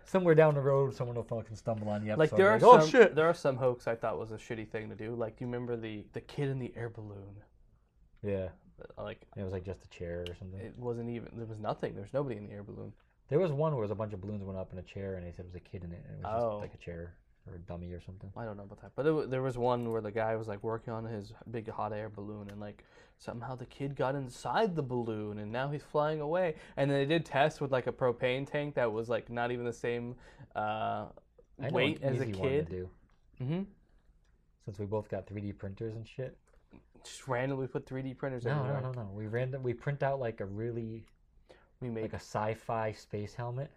S1: Somewhere down the road, someone will fucking stumble on the episode.
S2: Like there are
S1: and be like,
S2: some
S1: oh shit.
S2: there are some hoax I thought was a shitty thing to do. Like do you remember the the kid in the air balloon?
S1: Yeah,
S2: Like
S1: it was like just a chair or something.
S2: it wasn't even there was nothing. There's nobody in the air balloon.
S1: There was one where it was a bunch of balloons went up in a chair, and they said it was a kid in it, and it was
S2: Oh.
S1: just like a chair or a dummy or something.
S2: I don't know about that, but it, wa- there was one where the guy was like working on his big hot air balloon, and like somehow the kid got inside the balloon, and now he's flying away. And then they did tests with like a propane tank that was like not even the same uh,
S1: I know an
S2: weight as a
S1: easy one to
S2: kid.
S1: do,
S2: Mm-hmm.
S1: since we both got 3D printers and shit.
S2: Just randomly put 3D printers
S1: No,
S2: everywhere.
S1: no, no, no. We random we print out like a really
S2: We make
S1: like a sci-fi space helmet,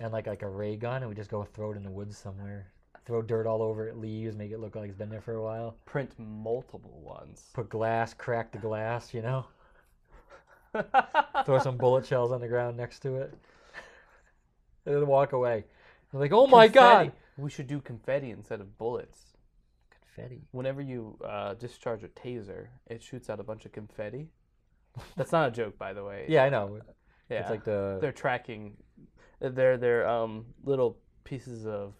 S1: and like like a ray gun, and we just go throw it in the woods somewhere. Throw dirt all over it, leaves, make it look like it's been there for a while.
S2: Print multiple ones.
S1: Put glass, crack the glass, you know?
S2: Oh
S1: Throw some bullet shells on the ground next to it. And then walk away. They're like, oh my god!
S2: Confetti. We should do confetti instead of bullets.
S1: Confetti.
S2: Whenever you uh, discharge a taser, it shoots out a bunch of confetti. That's not a joke, by the way.
S1: Yeah, I know.
S2: yeah.
S1: It's like the.
S2: they're tracking. They're they're um, little pieces of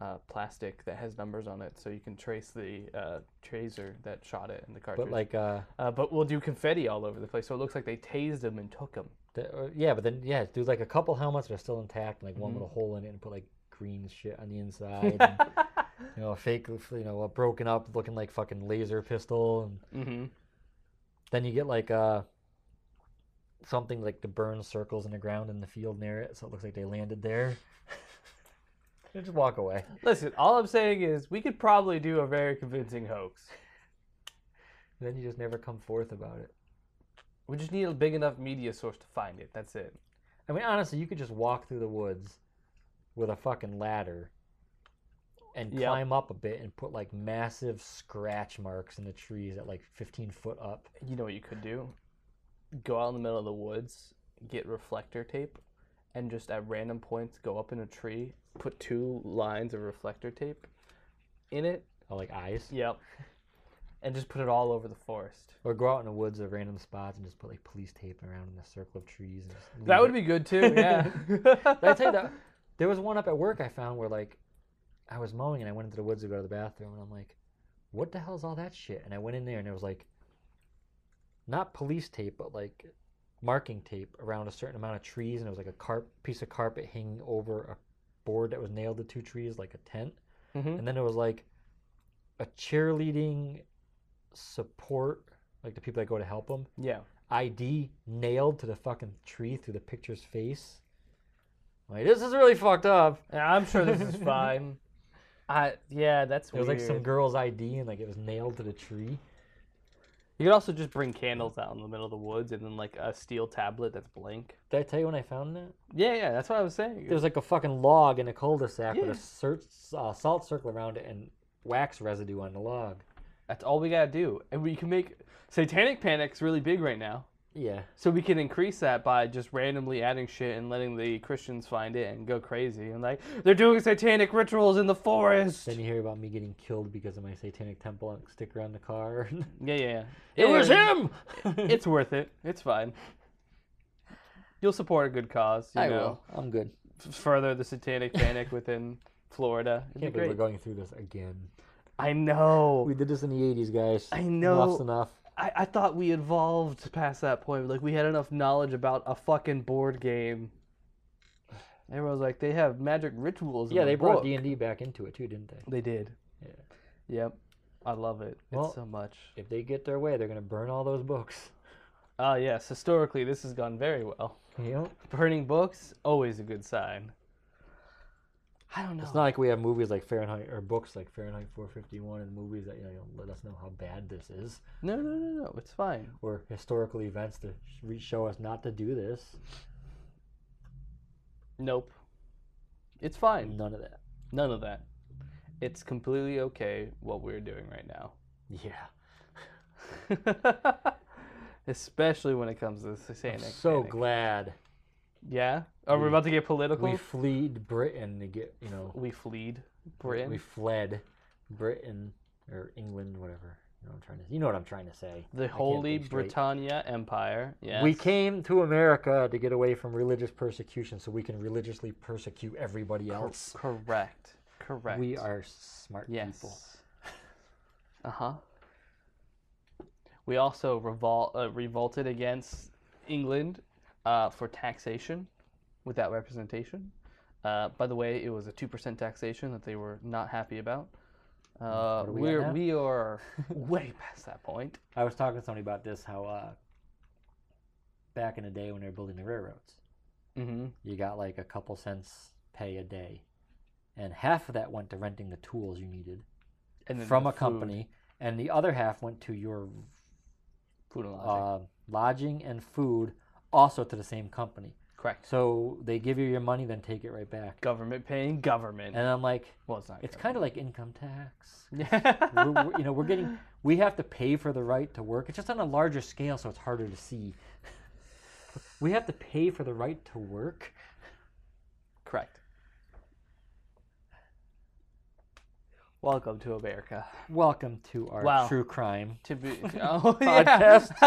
S2: uh, plastic that has numbers on it, so you can trace the uh, tracer that shot it in the cartridge.
S1: but like, uh,
S2: uh, but we'll do confetti all over the place, so it looks like they tased him and took him.
S1: the, uh, yeah, but then, yeah, do like a couple helmets that are still intact, like one with
S2: Mm-hmm.
S1: a hole in it, and put like green shit on the inside. and, you know, a fake, you know, a broken up looking like fucking laser pistol. And
S2: Mm-hmm.
S1: Then you get like uh something like the burn circles in the ground in the field near it, so it looks like they landed there. They just walk away.
S2: Listen, all I'm saying is we could probably do a very convincing hoax.
S1: And then you just never come forth about it.
S2: We just need a big enough media source to find it. That's it.
S1: I mean, honestly, you could just walk through the woods with a fucking ladder and
S2: Yep.
S1: climb up a bit and put like massive scratch marks in the trees at like 15 foot up.
S2: You know what you could do? Go out in the middle of the woods, get reflector tape, and just at random points go up in a tree, put two lines of reflector tape in it.
S1: Or like eyes.
S2: Yep. And just put it all over the forest.
S1: Or go out in the woods at random spots and just put like police tape around in a circle of trees. And just leave
S2: That
S1: it.
S2: would be good too, yeah.
S1: Did I tell you that there was one up at work I found where like I was mowing and I went into the woods to go to the bathroom and I'm like, what the hell is all that shit? And I went in there and it was like not police tape but like marking tape around a certain amount of trees and it was like a carp piece of carpet hanging over a board that was nailed to two trees like a tent
S2: Mhm.
S1: and then it was like a cheerleading support like the people that go to help them
S2: Yeah.
S1: ID nailed to the fucking tree through the picture's face. Like this is really fucked up.
S2: And I'm sure this is fine. I yeah, that's
S1: It was like some
S2: weird.
S1: girl's ID and like it was nailed to the tree.
S2: You could also just bring candles out in the middle of the woods and then like a steel tablet that's blank.
S1: Did I tell you when I found that?
S2: Yeah, yeah, that's what I was saying.
S1: There was like a fucking log in a cul-de-sac
S2: Yeah.
S1: with a cer- uh, salt circle around it and wax residue on the log.
S2: That's all we gotta do, and we can make Satanic Panic's really big right now,
S1: Yeah,
S2: so we can increase that by just randomly adding shit and letting the Christians find it and go crazy and like they're doing satanic rituals in the forest.
S1: then you hear about me getting killed because of my satanic temple sticker on the car.
S2: Yeah, yeah, yeah.
S1: it was
S2: Yeah,
S1: him.
S2: It's worth it. It's fine. You'll support a good cause. You
S1: I
S2: know,
S1: will. I'm good.
S2: F- further the Satanic Panic within Florida. It'd be
S1: Can't believe we're
S2: great.
S1: going through this again.
S2: I know.
S1: We did this in the '80s, guys.
S2: I
S1: Enough's
S2: know.
S1: enough.
S2: I, I thought we evolved past that point. Like we had enough knowledge about a fucking board game. Everyone's like, they have magic rituals. in
S1: Yeah,
S2: the
S1: they brought
S2: book.
S1: D and D back into it too, didn't they?
S2: They did.
S1: Yeah.
S2: Yep. I love it.
S1: Well-
S2: it's so much.
S1: If they get their way, they're gonna burn all those books.
S2: Ah, yes. Historically, this has gone very well.
S1: Yep.
S2: Burning books always a good sign. I don't know.
S1: It's not like we have movies like Fahrenheit or books like Fahrenheit 451 and movies that you know let us know how bad this is,
S2: No, no, no, no. It's fine.
S1: or historical events to sh- re- show us not to do this.
S2: Nope. It's fine.
S1: None of that.
S2: None of that. It's completely okay what we're doing right now.
S1: Yeah.
S2: Especially when it comes to the satanic.
S1: so
S2: panic.
S1: glad
S2: Yeah. Are we
S1: We-
S2: about to get political?
S1: we fleed Britain to get you know
S2: We fleed Britain.
S1: we fled Britain or England, whatever. You know what I'm trying to. You know what I'm trying to say. I
S2: the
S1: can't
S2: Holy
S1: think straight.
S2: Britannia Empire. Yes.
S1: We came to America to get away from religious persecution so we can religiously persecute everybody else.
S2: Correct. Correct.
S1: We are smart
S2: Yes.
S1: people.
S2: Uh huh. We also revol- uh, revolted against England uh, for taxation without representation. Uh, by the way, it was a 2% taxation that they were not happy about. Uh,
S1: What are we at
S2: we are
S1: now?
S2: we are way past that point.
S1: I was talking to somebody about this how uh, back in the day when they were building the railroads,
S2: Mm-hmm.
S1: you got like a couple cents pay a day. And half of that went to renting the tools you needed
S2: And then
S1: from
S2: the
S1: a
S2: food-
S1: company, and the other half went to your
S2: food and lodging.
S1: uh, lodging and food, also to the same company.
S2: Correct.
S1: So they give you your money, then take it right back.
S2: Government paying government.
S1: And I'm like,
S2: well, it's not.
S1: it's kind of like income tax.
S2: Yeah.
S1: we're, we're- you know, we're getting, we have to pay for the right to work. It's just on a larger scale, so it's harder to see. We have to pay for the right to work.
S2: Correct. Welcome to America.
S1: Welcome to our
S2: Wow.
S1: true crime.
S2: To be oh, yeah.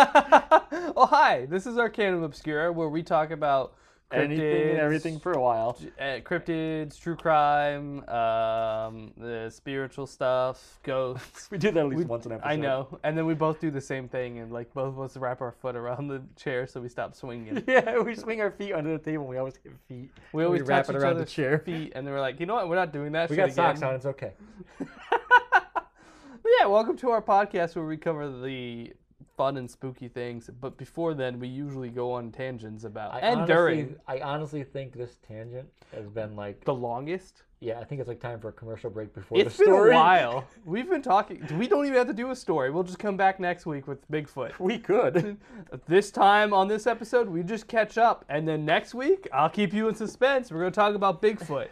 S2: oh hi, this is Arcanum Obscura, where we talk about cryptids,
S1: Anything and everything for a while.
S2: uh, cryptids, true crime, um, the spiritual stuff, ghosts.
S1: We do that at least
S2: We-
S1: once an episode.
S2: I know, and then we both do the same thing, and like both of us wrap our foot around the chair so we stop swinging.
S1: Yeah, we swing our feet under the table. and We always hit feet.
S2: We always
S1: wrap
S2: touch
S1: it
S2: each
S1: around the
S2: other's
S1: chair.
S2: feet, and then we're like, you know what? We're not doing that.
S1: We
S2: shit
S1: got socks
S2: again."
S1: on. It's okay.
S2: But yeah, welcome to our podcast where we cover the fun and spooky things. But before then, we usually go on tangents about
S1: I
S2: and
S1: honestly-
S2: during
S1: I honestly think this tangent has been like,
S2: the longest.
S1: yeah, I think it's like time for a commercial break before
S2: It's
S1: the
S2: been
S1: story.
S2: a while. We've been talking. We don't even have to do a story. We'll just come back next week with Bigfoot.
S1: We could.
S2: This time on this episode, we just catch up, and then next week, I'll keep you in suspense. We're gonna talk about Bigfoot.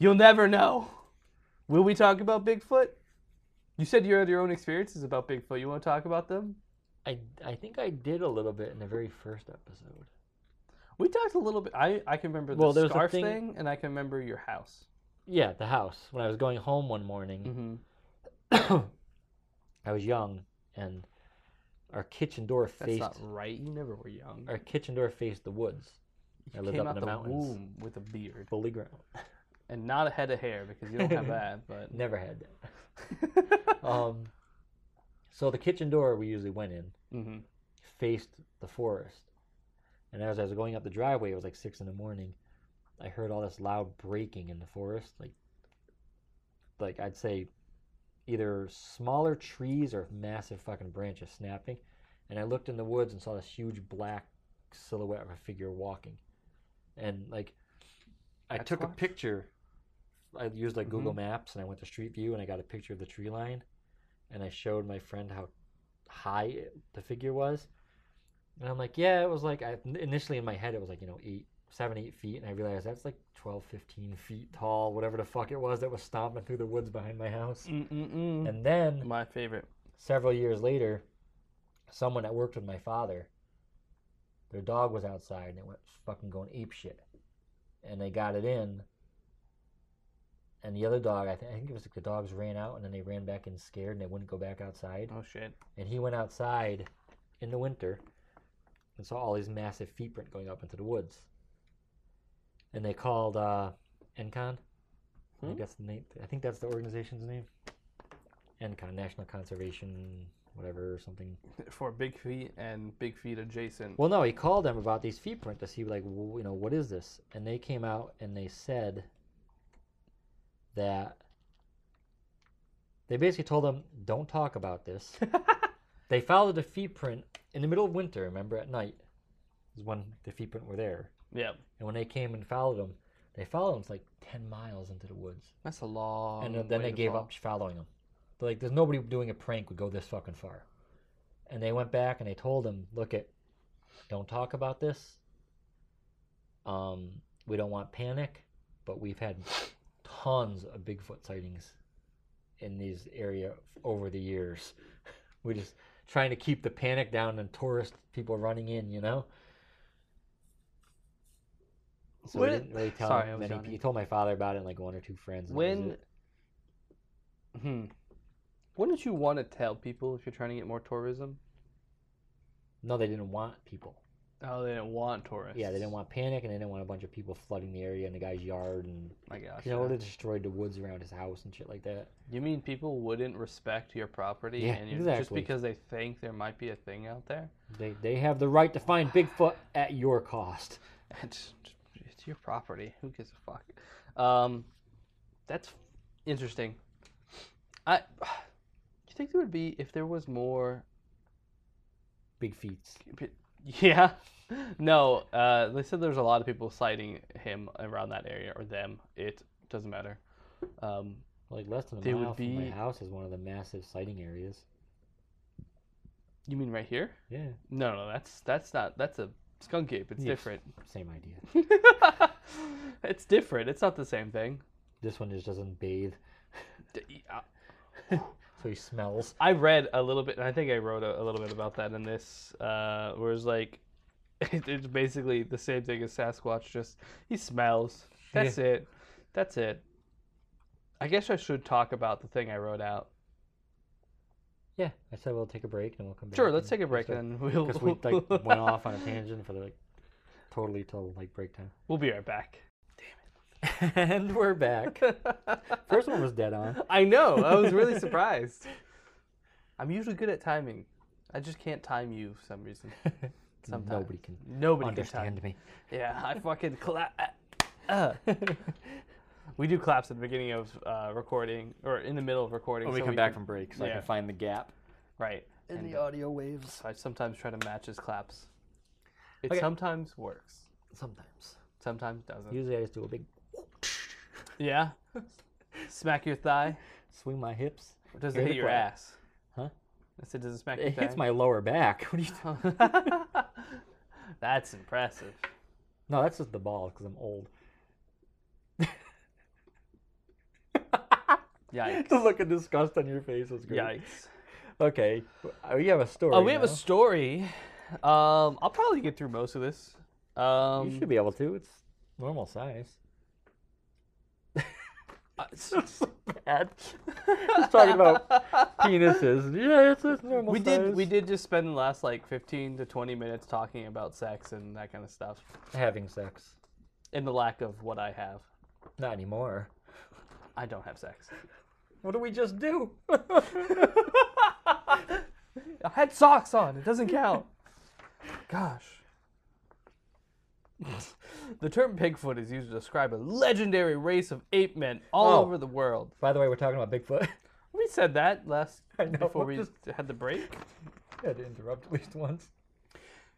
S2: You'll never know. Will we talk about Bigfoot? You said you had your own experiences about Bigfoot. You want to talk about them?
S1: I, I think I did a little bit in the very first episode.
S2: We talked a little bit. I, I can remember the
S1: Well, there's a
S2: scarf
S1: thing-
S2: thing... and I can remember your house.
S1: Yeah, the house. When I was going home one morning,
S2: Mm-hmm. Mm.
S1: I was young, and our kitchen door
S2: That's
S1: faced
S2: not right. You never were young.
S1: our kitchen door faced the woods, I
S2: You
S1: lived
S2: came
S1: up in
S2: out
S1: the
S2: the,
S1: mountains.
S2: womb with a beard
S1: fully grown.
S2: and not a head of hair because you don't have that.
S1: Never had that.
S2: But
S1: Um, so the kitchen door we usually went in
S2: hmm
S1: faced the forest, and as I was going up the driveway, it was like six in the morning. I heard all this loud breaking in the forest, like, like I'd say, either smaller trees or massive fucking branches snapping. And I looked in the woods and saw this huge black silhouette of a figure walking, and like, I Mm-hmm.
S2: That's
S1: took a
S2: wild.
S1: picture. I used like Google Maps and I went to Street View and I got a picture of the tree line, and I showed my friend how high it- the figure was. And I'm like, yeah, it was like, I, initially in my head, it was like, you know, eight, seven, eight feet. And I realized that's like 12, 15 feet tall, whatever the fuck it was that was stomping through the woods behind my house.
S2: Mm-mm-mm.
S1: And then
S2: My favorite.
S1: several years later, someone that worked with my father, their dog was outside and it went fucking going ape shit. And they got it in. And the other dog, I, th- I think it was like the dogs ran out and then they ran back in scared and they wouldn't go back outside
S2: Oh shit.
S1: and he went outside in the winter and saw all these massive feet print going up into the woods. And they called uh, NCON. I think
S2: Hmm?
S1: that's the name. I think that's the organization's name. NCON, National Conservation, whatever, or something.
S2: For big feet and big feet adjacent.
S1: Well, no, he called them about these feet print to see, like, w you know, what is this? And they came out and they said that they basically told them, don't talk about this. they followed the feet print in the middle of winter, remember, at night, is when the feet print were there.
S2: yeah,
S1: And when they came and followed them, they followed them like 10 miles into the woods.
S2: that's a long.
S1: and then- then
S2: way
S1: they
S2: to
S1: gave
S2: fall.
S1: up following them. They're like, there's nobody doing a prank would go this fucking far. And they went back and they told him, look at, don't talk about this. Um, we don't want panic, but we've had tons of Bigfoot sightings in these area over the years. We're just trying to keep the panic down and tourist people running in, you know. So we
S2: When-
S1: didn't really tell
S2: Sorry, I
S1: him
S2: was
S1: many.
S2: yawning.
S1: He told my father about it, and like one or two friends. and that was
S2: When.
S1: it.
S2: Hmm. Wouldn't you want to tell people if you're trying to get more tourism?
S1: no, they didn't want people.
S2: Oh, they didn't want tourists.
S1: Yeah, they didn't want panic, and they didn't want a bunch of people flooding the area in the guy's yard, and
S2: My gosh.
S1: you know, it have destroyed the woods around his house and shit like that.
S2: You mean people wouldn't respect your property
S1: Yeah,
S2: and you, just
S1: exactly.
S2: because they think there might be a thing out there?
S1: They they have the right to find Bigfoot at your cost.
S2: It's, it's your property. Who gives a fuck? Um, that's interesting. I do you think there would be if there was more?
S1: Big feats.
S2: Yeah, no. Uh, they said there's a lot of people citing him around that area or them. It doesn't matter. Um,
S1: Like less than a
S2: They would
S1: mile from my
S2: be-
S1: house is one of the massive sighting areas.
S2: you mean right here?
S1: Yeah.
S2: No, no. That's that's not. That's a skunk ape. It's
S1: Yes.
S2: different.
S1: Same idea.
S2: it's different. It's not the same thing.
S1: This one just doesn't bathe,
S2: D- I-
S1: so he smells.
S2: I read a little bit, and I think I wrote a, a little bit about that in this, uh, where it's like, it, it's basically the same thing as Sasquatch, just he smells. That's it. That's it. I guess I should talk about the thing I wrote out.
S1: Yeah, I said we'll take a break and we'll come back.
S2: Sure, let's take a break then. We'll,
S1: Because we like went off on a tangent for like totally till like break time.
S2: we'll be right back.
S1: and we're back. First one was dead on.
S2: I know. I was really surprised. I'm usually good at timing. I just can't time you for some reason. Sometimes.
S1: Nobody can
S2: Nobody
S1: understand me.
S2: Can time. Yeah, I fucking clap. Uh. we do claps at the beginning of uh, recording or in the middle of recording. so can-
S1: break,
S2: so I can yeah.
S1: find the gap
S2: right.
S1: in
S2: And uh,
S1: the audio waves.
S2: I sometimes try to match his claps. It
S1: Okay.
S2: sometimes works.
S1: Sometimes.
S2: Sometimes doesn't.
S1: Usually I just do a big
S2: Yeah. Smack your thigh.
S1: swing my hips.
S2: Or does
S1: Hear
S2: it
S1: the
S2: hit your
S1: clap.
S2: ass?
S1: Huh?
S2: I said, does it smack your
S1: It
S2: thigh?
S1: hits my lower back. What are you? T-
S2: That's impressive.
S1: no, that's just the balls because I'm old.
S2: Yikes.
S1: the look of disgust on your face was great.
S2: Yikes.
S1: Okay, uh, we have a story.
S2: Oh, we have a
S1: now.
S2: story. Um, I'll probably get through most of this. Um,
S1: you should be able to. It's normal size.
S2: uh,
S1: so bad. Just talking about penises. Yeah, it's, it's normal
S2: we did.
S1: size.
S2: We did just spend the last like fifteen to twenty minutes talking about sex and that kind of stuff,
S1: having sex.
S2: and the lack of what I have.
S1: Not anymore.
S2: I don't have sex.
S1: What do we just do?
S2: I had socks on. It doesn't count. Gosh. the term Bigfoot is used to describe a legendary race of ape men all
S1: Oh.
S2: over the world.
S1: By the way, we're talking about Bigfoot.
S2: We said that last
S1: I know,
S2: before we
S1: just-
S2: had the break.
S1: I had to interrupt at least once.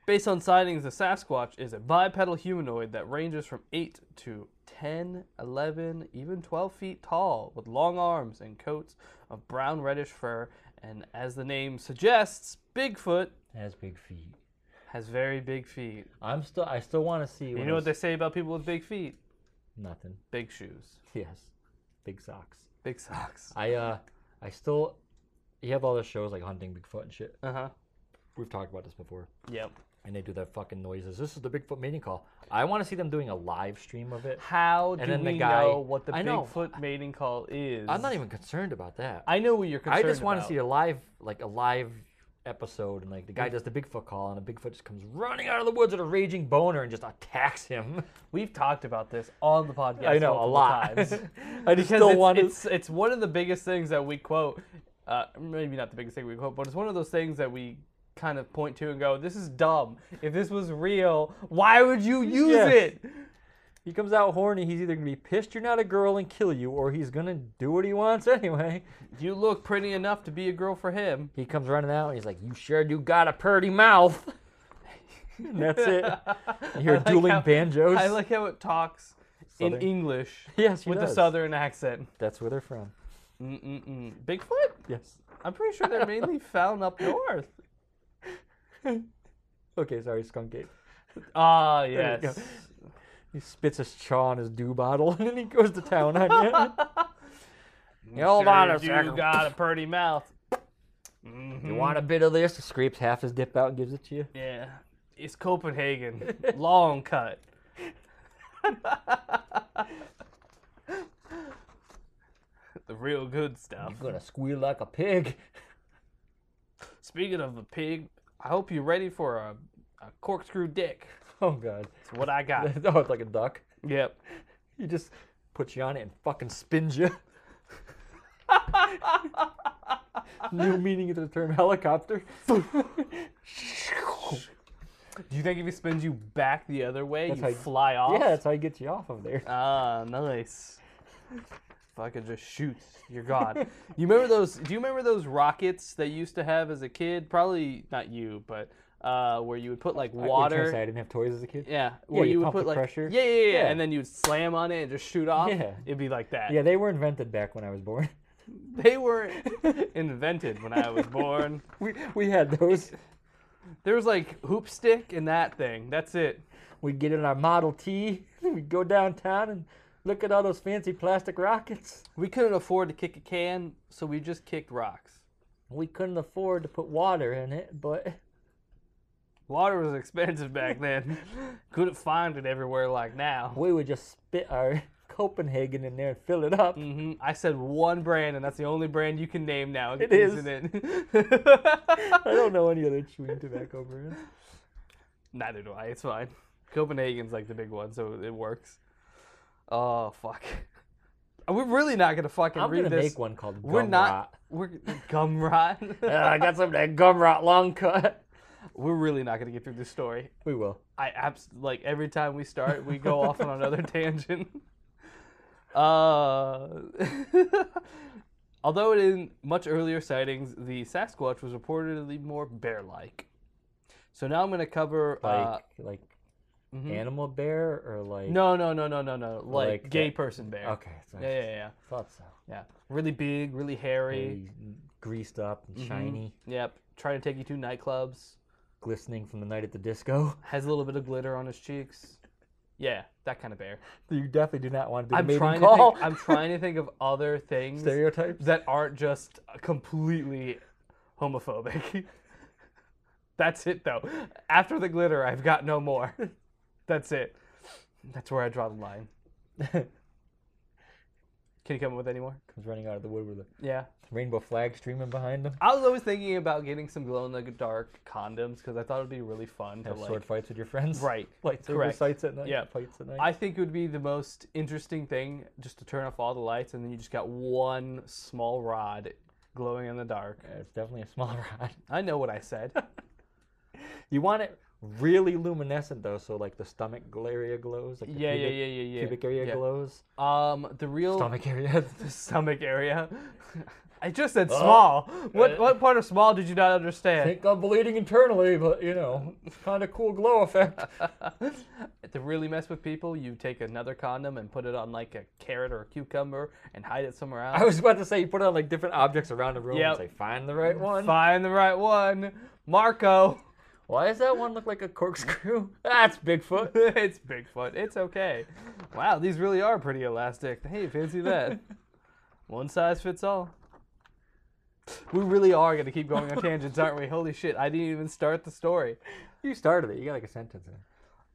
S2: Based on sightings, the Sasquatch is a bipedal humanoid that ranges from 8 to 10, 11, even 12 feet tall, with long arms and coats of brown reddish fur, and as the name suggests, Bigfoot
S1: Has big feet.
S2: has very big feet.
S1: I'm still. I still want to see.
S2: You know what they say about people with big feet?
S1: Nothing.
S2: Big shoes,
S1: Yes. Big socks.
S2: big socks.
S1: I uh. I still. You have all the shows like hunting Bigfoot and shit.
S2: Uh huh.
S1: We've talked about this before.
S2: Yep.
S1: And they do their fucking noises. This is the Bigfoot mating call. I want to see them doing a live stream of it.
S2: How do
S1: And then
S2: we
S1: the guy-
S2: know what the
S1: I know.
S2: Bigfoot mating call is?
S1: I'm not even concerned about that.
S2: I know what you're
S1: I
S2: concerned
S1: just want to
S2: about.
S1: see a live, like a live episode, and like the guy does the Bigfoot call, and the Bigfoot just comes running out of the woods at a raging boner and just attacks him.
S2: We've talked about this on the podcast.
S1: I know a
S2: multiple
S1: lot.
S2: Times.
S1: I just
S2: Because
S1: still
S2: it's,
S1: want to.
S2: it's, it's one of the biggest things that we quote. Uh, maybe not the biggest thing we quote, but it's one of those things that we kind of point to and go, "This is dumb. If this was real, why would you use
S1: Yes.
S2: it?"
S1: He comes out horny. He's either gonna be pissed you're not a girl and kill you, or he's gonna do what he wants anyway.
S2: You look pretty enough to be a girl for him.
S1: He comes running out, and he's like, "You sure do got a purty mouth." and that's it. You hear
S2: I like
S1: dueling
S2: how-
S1: banjos.
S2: I like how it talks
S1: Southern.
S2: in English
S1: Yes, he
S2: with a
S1: does.
S2: southern accent.
S1: That's where they're from.
S2: Mm-mm-mm. Bigfoot?
S1: Yes.
S2: I'm pretty sure they're mainly found up north.
S1: Okay, sorry, skunk ape.
S2: Ah,
S1: There you go.
S2: yes.
S1: He spits his chaw on his dew bottle, and then he goes to town on you.
S2: You
S1: Hold
S2: sure
S1: on a
S2: do
S1: second.
S2: got a pretty mouth.
S1: You want a bit of this? Scrapes half his dip out and gives it to you.
S2: Yeah. It's Copenhagen. Long cut. the real good stuff.
S1: I'm gonna squeal like a pig.
S2: Speaking of a pig, I hope you're ready for a, a corkscrew dick.
S1: Oh god.
S2: It's what I got.
S1: oh, it's like a duck.
S2: yep.
S1: He just puts you on it and fucking spins you. New meaning of the term helicopter.
S2: Do you think if he spins you back the other way,
S1: That's
S2: you
S1: how you-
S2: fly off?
S1: yeah, that's how he gets you off of there.
S2: Ah, nice. Fucking just shoots. You're gone. you remember those? Do you remember those rockets that you used to have as a kid? Probably not you, but uh, where you would put like
S1: I, was gonna
S2: water.
S1: say I didn't have toys as a kid.
S2: yeah, where
S1: you
S2: you, would
S1: pump
S2: put
S1: the
S2: like
S1: pressure.
S2: Yeah, yeah, yeah,
S1: Yeah.
S2: and then you would slam on it and just shoot off.
S1: Yeah.
S2: it'd be like that.
S1: Yeah, they were invented back when I was born.
S2: they weren't invented when I was born.
S1: We we had those.
S2: There was like hoop stick and that thing. That's it.
S1: We'd get in our Model T, we'd go downtown and look at all those fancy plastic rockets.
S2: We couldn't afford to kick a can, so we just kicked rocks.
S1: We couldn't afford to put water in it, but
S2: Water was expensive back then. couldn't find it everywhere like now.
S1: we would just spit our Copenhagen in there and fill it up.
S2: hmm I said one brand, and that's the only brand you can name now.
S1: It
S2: isn't it?
S1: I don't know any other chewing tobacco brands.
S2: Neither do I. It's fine. Copenhagen's like the big one, so it works. Oh fuck. We're really not gonna fucking
S1: I'm
S2: read
S1: gonna
S2: this.
S1: make one called Gum
S2: We're not.
S1: Rot.
S2: We're gum rot.
S1: Ah, I got some of that gum rot long cut.
S2: We're really not gonna get through this story.
S1: We will.
S2: I abs- like every time we start, we go off on another tangent. Uh, although in much earlier sightings, the Sasquatch was reportedly more bear-like. So now I'm gonna cover.
S1: Like
S2: uh,
S1: like
S2: mhm.
S1: animal bear or like
S2: No, no, no, no, no, no. Like,
S1: Like
S2: gay
S1: that-
S2: person bear.
S1: Okay, so I
S2: Yeah, yeah, yeah, yeah.
S1: thought so.
S2: Yeah. Really big, really hairy.
S1: Really greased up and
S2: Mm-hmm.
S1: shiny,
S2: Yep. Trying to take you to nightclubs.
S1: glistening from the night at the disco.
S2: Has a little bit of glitter on his cheeks. Yeah, that kind of bear.
S1: You definitely do not want to be
S2: I'm
S1: made
S2: trying
S1: in
S2: to
S1: call.
S2: think, I'm trying to think of other things
S1: Stereotypes.
S2: that aren't just completely homophobic. That's it though. After the glitter, I've got no more. That's it. That's where I draw the line. Can you come up with any more?
S1: Comes running out of the wood with a
S2: Yeah.
S1: rainbow flag streaming behind them.
S2: I was always thinking about getting some glow in the dark condoms because I thought it'd be really fun to
S1: Have
S2: like.
S1: sword fights with your friends.
S2: Right.
S1: Lightsaber
S2: Correct.
S1: fights at night.
S2: Yeah.
S1: Fights at night.
S2: I think it would be the most interesting thing just to turn off all the lights and then you just got one small rod glowing in the dark.
S1: Yeah, it's definitely a small rod.
S2: I know what I said.
S1: You want it really luminescent though, so like the stomach area glows. Like the
S2: yeah, yeah,
S1: pubic,
S2: yeah, yeah, yeah.
S1: pubic area
S2: yeah.
S1: glows.
S2: Um, the real
S1: Stomach area.
S2: the stomach area. I just said small. What what part of small did you not understand?
S1: Oh. Uh, think I'm bleeding internally, but you know, kind of cool glow effect.
S2: to really mess with people, you take another condom and put it on like a carrot or a cucumber and hide it somewhere else.
S1: I was about to say you put it on like different objects around the room
S2: Yep.
S1: and say find the right one.
S2: Find the right one, Marco.
S1: Why does that one look like a corkscrew? That's Bigfoot.
S2: it's Bigfoot. It's okay. Wow, these really are pretty elastic. Hey, fancy that. One size fits all. We really are going to keep going on tangents, aren't we? Holy shit, I didn't even start the story.
S1: You started it. You got like a sentence in. it.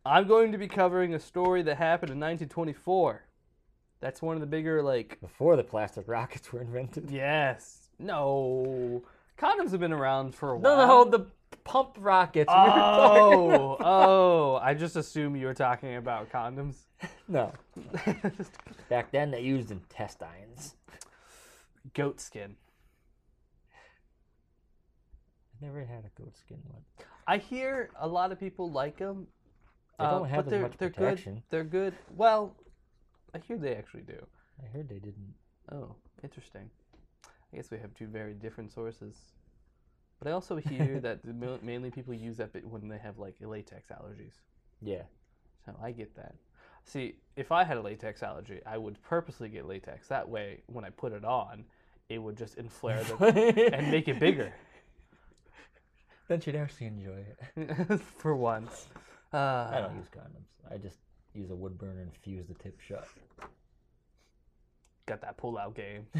S2: I'm going to be covering a story that happened in 1924. That's one of the bigger, like,
S1: Before the plastic rockets were invented.
S2: yes. No. Condoms have been around for a
S1: No,
S2: while.
S1: no, the pump rockets. we were talking about.
S2: Oh, oh, I just assumed you were talking about condoms.
S1: no. Back then they used intestines.
S2: Goat skin.
S1: I never had a goat skin one.
S2: I hear a lot of people like them.
S1: They don't have
S2: but
S1: as
S2: they're,
S1: much
S2: they're Good.
S1: protection.
S2: They're good. Well, I hear they actually do.
S1: I heard they didn't.
S2: Oh, interesting. I guess we have two very different sources. But I also hear that the mil- mainly people use that bit when they have like latex allergies.
S1: Yeah.
S2: So I get that. See, if I had a latex allergy, I would purposely get latex. That way, when I put it on, it would just inflare the and make it bigger.
S1: Then she'd actually enjoy it.
S2: For once. Uh,
S1: I don't use condoms. I just use a wood burner and fuse the tip shut.
S2: got that pull out game.
S1: I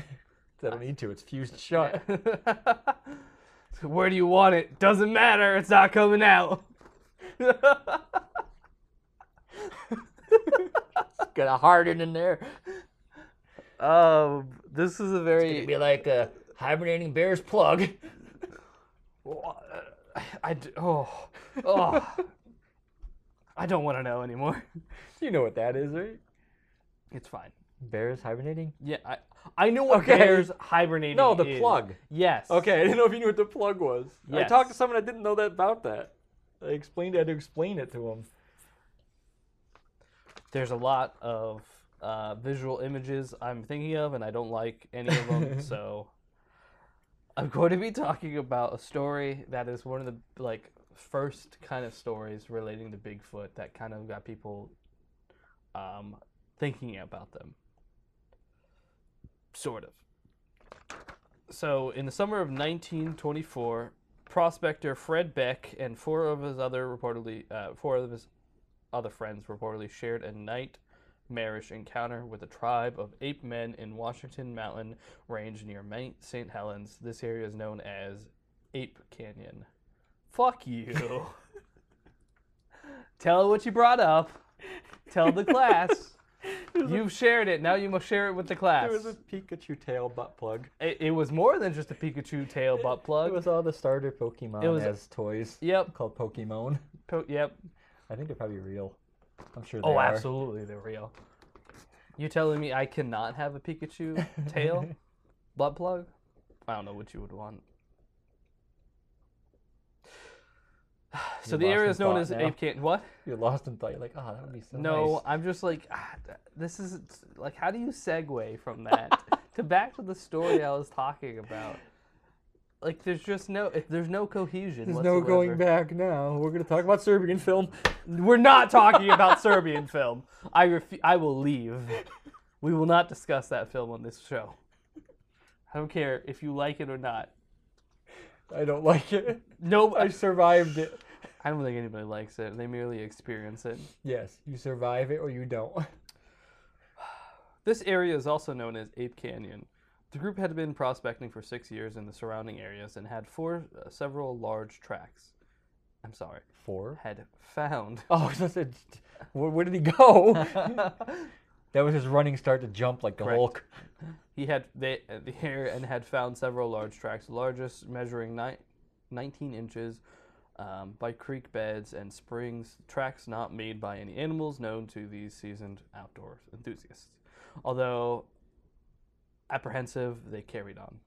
S1: don't need to. It's fused shut.
S2: So Where do you want it? Doesn't matter. It's not coming out.
S1: Got a harden in there.
S2: um, this is a
S1: It'd
S2: very.
S1: be like a hibernating bear's plug.
S2: I d- oh oh. I don't want to know anymore.
S1: You know what that is, right?
S2: It's fine.
S1: Bears hibernating?
S2: Yeah, I I knew what
S1: Okay.
S2: bears hibernating.
S1: No, the
S2: is.
S1: plug.
S2: Yes.
S1: I didn't know if you knew what the plug was.
S2: Yes.
S1: someone that didn't know that about that. I explained. I had to explain it to him.
S2: There's a lot of uh, visual images I'm thinking of, and I don't like any of them. so I'm going to be talking about a story that is one of the like first kind of stories relating to Bigfoot that kind of got people um, thinking about them. Sort of. So in the summer of 1924, prospector Fred Beck and four of his other reportedly uh, four of his other friends reportedly shared a nightmarish encounter with a tribe of ape men in Washington Mountain Range near Mount St. Helens. This area is known as Ape Canyon. Fuck you. Tell her what you brought up. Tell the class. You've shared it. Now you must share it with the class.
S3: There was a Pikachu tail butt plug.
S2: It, it was more than just a Pikachu tail butt
S1: It
S2: plug.
S1: was all the starter Pokemon
S2: It was-
S1: as toys
S2: Yep.
S1: called Pokemon.
S2: Po- yep.
S1: I think they're probably real. I'm sure they
S2: Oh,
S1: are.
S2: absolutely, they're real. You telling me I cannot have a Pikachu tail butt plug? I don't know what you would want. So
S1: You
S2: the
S1: lost
S2: area
S1: in
S2: is known
S1: thought
S2: as
S1: now.
S2: Ape Canyon. What?
S1: You're lost in thought. You're like, oh, that would be so
S2: no,
S1: nice.
S2: I'm just like, ah, th- this is like, how do you segue from that to back to the story I was talking about? Like, there's just no, there's no cohesion.
S1: There's no going
S2: whatsoever.
S1: back now. We're gonna talk about Serbian film.
S2: We're not talking about Serbian film. I refu- I will leave. We will not discuss that film on this show. I don't care if you like it or not.
S1: I don't like it.
S2: No,
S1: I
S2: I,
S1: survived it.
S2: I don't think anybody likes it. They merely experience it.
S1: Yes, you survive it or you don't.
S2: This area is also known as Ape Canyon. The group had been prospecting for six years in the surrounding areas and had four uh, several large tracks. I'm sorry,
S1: Four.
S2: had found.
S1: Oh, so I said, where, where did he go? that was his running start to jump like the
S2: Correct.
S1: Hulk.
S2: He had they uh, the hair and had found several large tracks, the largest measuring ni- 19 inches um, by creek beds and springs, tracks not made by any animals known to these seasoned outdoor enthusiasts. Although apprehensive, they carried on.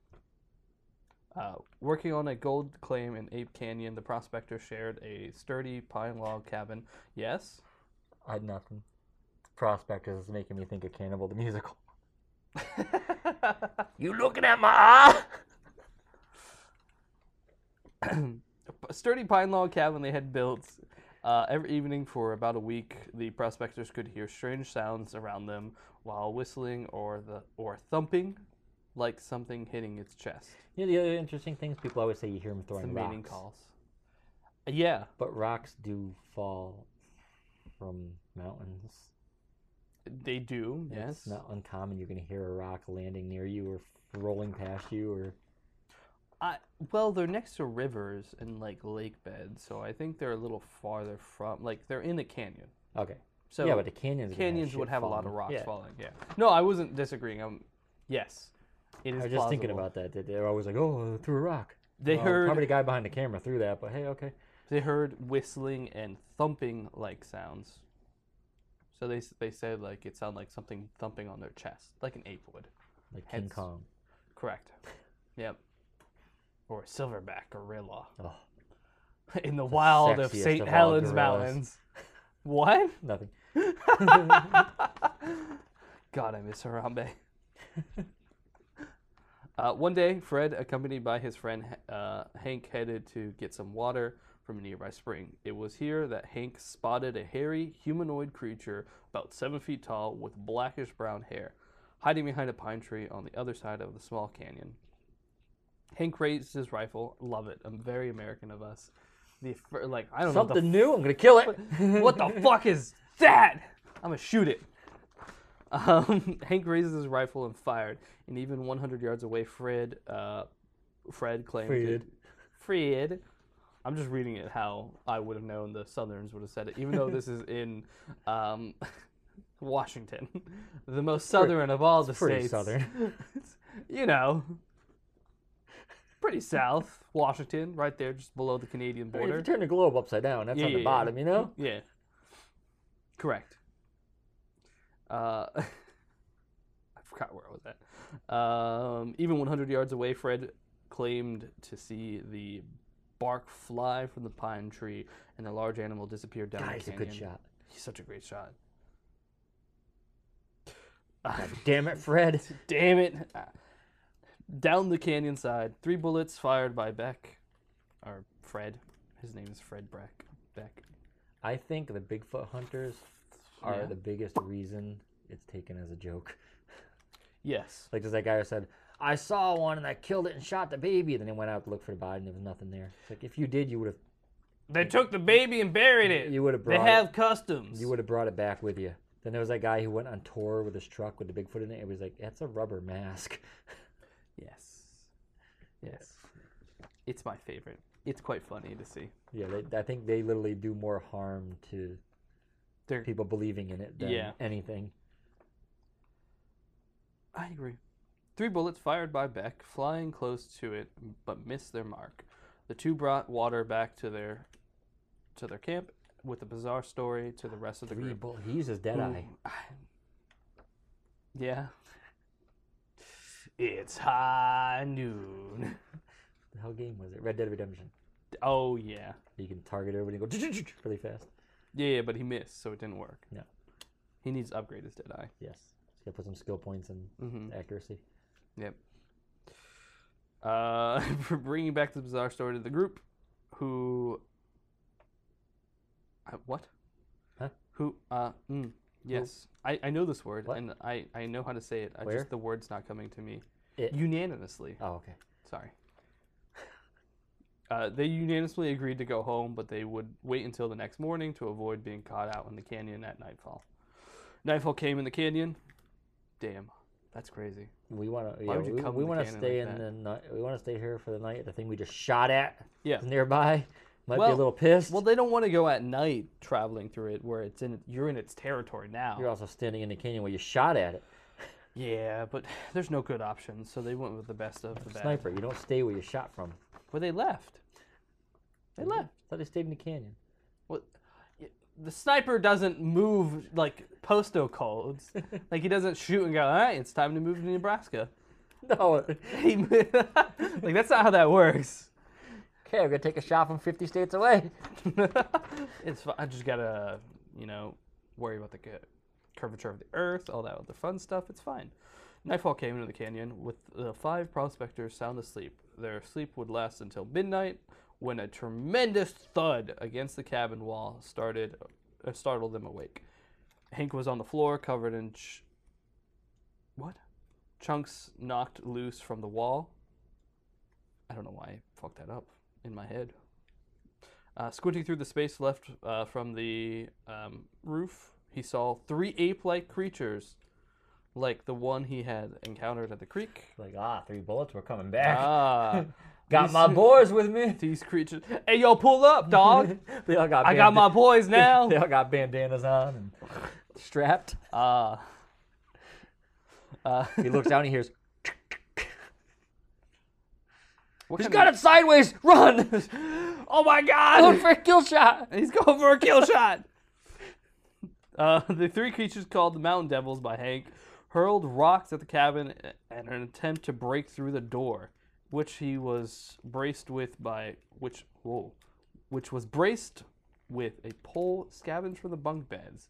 S2: Uh, working on a gold claim in Ape Canyon, the prospector shared a sturdy pine log cabin. Yes?
S1: I had nothing. Prospect is making me think of Cannibal the Musical.
S3: You looking at my eye?
S2: a sturdy pine log cabin they had built. Uh, every evening for about a week, the prospectors could hear strange sounds around them while whistling or the or thumping, like something hitting its chest.
S1: You know, the other interesting things people always say you hear him
S2: The
S1: throwing
S2: mating
S1: rocks.
S2: calls. Yeah,
S1: But rocks do fall from mountains.
S2: they do. Yes.
S1: It's not uncommon you're going to hear a rock landing near you or rolling past you or.
S2: I, well, they're next to rivers and like lake beds, so I think they're a little farther from. Like they're in a canyon.
S1: Okay.
S2: So
S1: yeah, but the canyons. are gonna
S2: canyons
S1: shit
S2: would have a lot
S1: falling.
S2: of rocks
S1: Yeah.
S2: falling. Yeah. No, I wasn't disagreeing. I'm. Yes. It
S1: I
S2: is.
S1: was just thinking
S2: plausible.
S1: about that. That they're always like, "Oh, threw a rock."
S2: They
S1: Well,
S2: heard.
S1: probably the guy behind the camera threw that, but hey, okay.
S2: They heard whistling and thumping like sounds. So they s- they said like it sounded like something thumping on their chest, like an ape would.
S1: Like King
S2: Heads.
S1: Kong.
S2: Correct. Yep. Or a silverback gorilla
S1: Oh,
S2: in the wild of
S1: sexiest
S2: St.
S1: of all
S2: Helens
S1: gorillas.
S2: Mountains. What?
S1: nothing.
S2: God, I miss Harambe. uh, one day, Fred, accompanied by his friend uh, Hank, headed to get some water from a nearby spring. It was here that Hank spotted a hairy humanoid creature about seven feet tall with blackish brown hair, hiding behind a pine tree on the other side of the small canyon. Hank raised his rifle. Love it. I'm very American of us. The fir- like I don't know what the
S1: Something new. I'm gonna kill it.
S2: what the fuck is that? I'm gonna shoot it. Um, Hank raises his rifle and fired, and even 100 yards away, Fred, uh, Fred claimed it.
S1: Fred.
S2: Fred. I'm just reading it how I would have known the Southerns would have said it, even though this is in um, Washington, the most southern of all the
S1: pretty
S2: states.
S1: southern.
S2: you know, pretty south, Washington, right there, just below the Canadian
S1: If
S2: border.
S1: you turn the globe upside down, that's
S2: Yeah,
S1: on
S2: yeah,
S1: the
S2: yeah.
S1: bottom, you know.
S2: Yeah. Correct. Uh, I forgot where I was at. Um, even 100 yards away, Fred claimed to see the bark fly from the pine tree, and the large animal disappeared down
S1: Guy's
S2: the
S1: a
S2: canyon.
S1: good shot.
S2: He's such a great shot.
S1: God damn it, Fred.
S2: Damn it! Ah. Down the canyon side, three bullets fired by Beck, or Fred. His name is Fred Breck. Beck.
S1: I think the Bigfoot hunters are
S2: Yeah.
S1: the biggest reason it's taken as a joke.
S2: Yes.
S1: Like just that guy who said, I saw one and I killed it and shot the baby. Then they went out to look for the body and there was nothing there. It's like if you did, you would have
S2: They took the baby and buried it.
S1: you would have
S2: they
S1: brought
S2: have customs.
S1: it, you would have brought it back with you. Then there was that guy who went on tour with his truck with the Bigfoot in it. It was like that's a rubber mask.
S2: Yes. Yes. It's my favorite. It's quite funny to see.
S1: Yeah, they, I think they literally do more harm to
S2: They're-
S1: people believing in it than
S2: Yeah.
S1: anything.
S2: I agree. Three bullets fired by Beck, flying close to it, but missed their mark. The two brought water back to their to their camp with a bizarre story to the rest of the
S1: Three
S2: group.
S1: bull- he uses dead eye.
S2: Who- yeah. It's high noon.
S1: The hell game was it? Red Dead Redemption.
S2: Oh yeah.
S1: You can target everybody and go really fast.
S2: Yeah, yeah, but he missed, so it didn't work.
S1: No.
S2: He needs to upgrade his dead eye.
S1: Yes. You gotta put some skill points in
S2: Mhm.
S1: accuracy.
S2: Yep. Uh, for bringing back the bizarre story to the group, who, uh, what,
S1: Huh?
S2: who, uh, mm, yes, I, I know this word
S1: What?
S2: and I, I know how to say it. I
S1: Where?
S2: just the word's not coming to me.
S1: It.
S2: Unanimously,
S1: Oh, okay.
S2: sorry. Uh, they unanimously agreed to go home, but they would wait until the next morning to avoid being caught out in the canyon at nightfall. Nightfall came in the canyon. Damn, that's crazy.
S1: We want to. Yeah,
S2: would you
S1: we,
S2: come
S1: we
S2: in the
S1: want to
S2: canyon
S1: stay
S2: like
S1: in the night. We want to stay here for the night. The thing we just shot at.
S2: Yeah.
S1: is Nearby. Might be a
S2: Well-
S1: little pissed.
S2: Well, they don't want to go at night traveling through it where it's in you're in its territory now.
S1: You're also standing in the canyon where you shot at it.
S2: Yeah, but there's no good option, so they went with the best of the best.
S1: Sniper. You don't stay where you shot from.
S2: Well, they left.
S1: Mm-hmm.
S2: They left.
S1: Thought they stayed in the canyon.
S2: Well, y- the sniper doesn't move like postal codes. like he doesn't shoot and go, "All right, it's time to move to Nebraska."
S1: No.
S2: He mo- like that's not how that works.
S1: Okay, we're gonna take a shot from 50 states away.
S2: it's fi- I just gotta you know worry about the cu- curvature of the earth, all that other fun stuff. It's fine. Nightfall came into the canyon with the five prospectors sound asleep. Their sleep would last until midnight when a tremendous thud against the cabin wall started uh, startled them awake. Hank was on the floor covered in ch- what? Chunks knocked loose from the wall. I don't know why I fucked that up in my head uh, squinting through the space left uh, from the um, roof, he saw three ape-like creatures, like the one he had encountered at the creek.
S1: Like ah, three bullets. We're coming back.
S2: Ah,
S1: got my boys with me.
S2: these creatures! Hey, y'all, pull up, dog!
S1: they all got.
S2: I got
S1: banda-
S2: my boys now.
S1: They all got bandanas on and strapped.
S2: Ah. Uh,
S1: He looks down. and He hears.
S2: what
S1: He's
S2: kind
S1: got
S2: of-
S1: it sideways. Run!
S2: Oh my
S1: Going
S2: God!
S1: for a kill shot.
S2: He's going for a kill shot. Uh, the three creatures called the Mountain Devils by Hank hurled rocks at the cabin in an attempt to break through the door, which he was braced with by which whoa, which was braced with a pole scavenged from the bunk beds.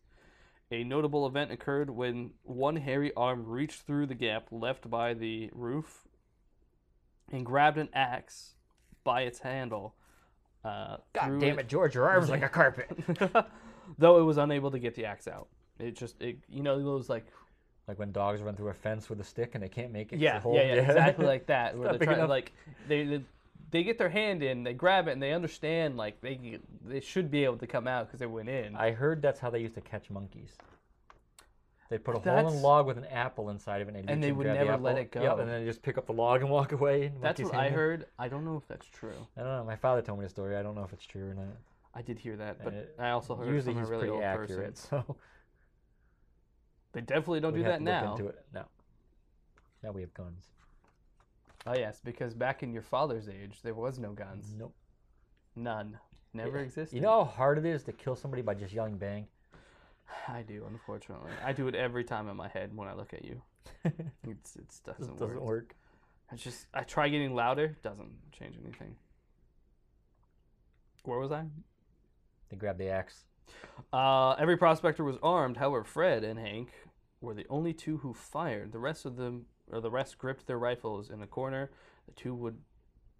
S2: A notable event occurred when one hairy arm reached through the gap left by the roof and grabbed an axe by its handle. Uh,
S1: God
S2: threw
S1: damn it, George! Your arms like a carpet.
S2: though it was unable to get the axe out. It just, it, you know, those like
S1: Like when dogs run through a fence with a stick and they can't make it. 'cause
S2: yeah,
S1: the hole-
S2: yeah, yeah, exactly like that. where
S1: not
S2: they're
S1: big
S2: trying to
S1: enough.
S2: like they, they they get their hand in, they grab it, and they understand like they they should be able to come out because they went in.
S1: I heard that's how they used to catch monkeys. They put a hole in a
S2: That's-
S1: log with an apple inside of it, and, they'd
S2: And
S1: reach
S2: they
S1: in,
S2: would
S1: grab the
S2: never let
S1: apple.
S2: it go.
S1: Yep, and then they just pick up the log and walk away. And
S2: That's
S1: monkeys
S2: what I
S1: hang it.
S2: heard. I don't know if that's true.
S1: I don't know. My father told me the story. I don't know if it's true or not.
S2: I did hear that, but
S1: Uh,
S2: I also heard
S1: Usually
S2: from
S1: he's
S2: a really
S1: pretty
S2: old
S1: accurate,
S2: person.
S1: so
S2: They definitely don't
S1: we
S2: do
S1: have
S2: that
S1: to
S2: now.
S1: Look into it. No. Now we have guns.
S2: Oh yes, because back in your father's age, there was no guns,
S1: Nope.
S2: none, never existed.
S1: You know how hard it is to kill somebody by just yelling bang?
S2: I do, unfortunately. I do it every time in my head when I look at you. It's it doesn't,
S1: It doesn't
S2: work.
S1: work.
S2: I just I try getting louder, doesn't change anything. Where was I?
S1: They grab the axe.
S2: Uh, every prospector was armed. However, Fred and Hank were the only two who fired. The rest of them, or the rest, gripped their rifles in a corner. The two would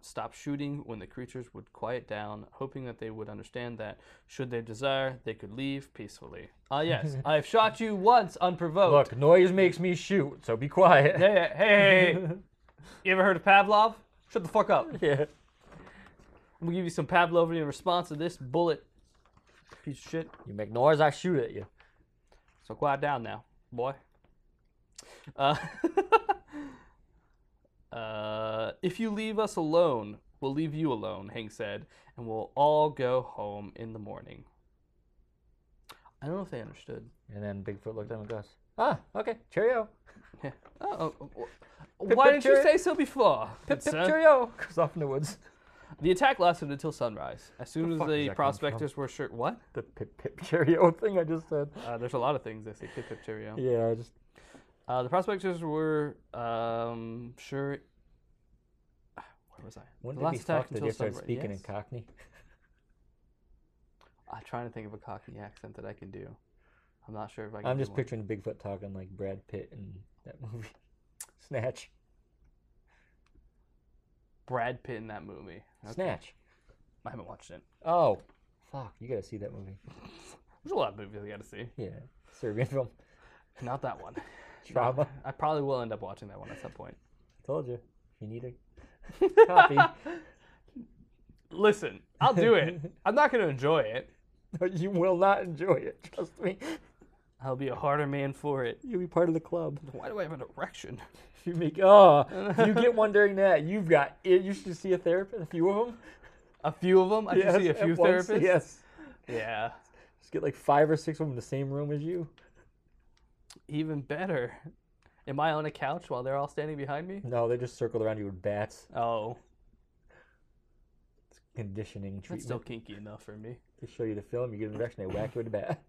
S2: stop shooting when the creatures would quiet down, hoping that they would understand that, should they desire, they could leave peacefully. Ah, yes, I have shot you once unprovoked.
S1: Look, noise makes me shoot, so be quiet.
S2: Hey, hey, hey, hey. You ever heard of Pavlov? Shut the fuck up.
S1: Yeah.
S2: I'm gonna give you some Pavlov in response to this bullet. Piece of shit.
S1: You make noise, I shoot at you.
S2: So quiet down now, boy. Uh, uh, if you leave us alone, we'll leave you alone, Hank said, and we'll all go home in the morning. I don't know if they understood.
S1: And then Bigfoot looked at him and goes, Ah, okay, cheerio.
S2: Yeah. Oh, oh, oh, why didn't you
S1: picture
S2: say so before? good
S1: Pip,
S2: sir?
S1: cheerio. Goes off in the woods.
S2: The attack lasted until sunrise. As soon
S1: fuck
S2: as
S1: does that
S2: the
S1: come from?
S2: prospectors were sure, what?
S1: The pip pip cheerio thing I just said.
S2: Uh, there's a lot of things they say. Pip pip cheerio.
S1: Yeah, I just
S2: Uh, the prospectors were um, sure. Ah, Where was I?
S1: wouldn't
S2: the
S1: it be
S2: last attack
S1: fucked if
S2: until
S1: they started
S2: sunrise,
S1: speaking in
S2: yes.
S1: Cockney?
S2: I'm trying to think of a cockney accent that I can do. I'm not sure if I can.
S1: I'm
S2: do
S1: just
S2: one.
S1: picturing Bigfoot talking like Brad Pitt in that movie. Snatch.
S2: Brad Pitt in that movie. Okay.
S1: Snatch.
S2: I haven't watched it.
S1: Oh. Fuck, you gotta see that movie.
S2: There's a lot of movies I got to see.
S1: Yeah. Serbian film.
S2: Not that one.
S1: Trauma.
S2: I probably will end up watching that one at some point.
S1: Told you. You need a copy.
S2: Listen, I'll do it. I'm not going to enjoy it.
S1: you will not enjoy it, trust me.
S2: I'll be a harder man for it.
S1: You'll be part of the club.
S2: Why do I have an erection?
S1: You make oh, if you get one during that. You've got it. You should see a therapist. A few of them.
S2: A few of them. I should see a few therapists.
S1: Yes,
S2: Yeah.
S1: just get like five or six of them in the same room as you.
S2: Even better. Am I on a couch while they're all standing behind me?
S1: No, they just circle around you with bats.
S2: Oh,
S1: Conditioning
S2: that's
S1: treatment.
S2: still kinky enough for me.
S1: They show you the film. You get an erection. They whack you with a bat.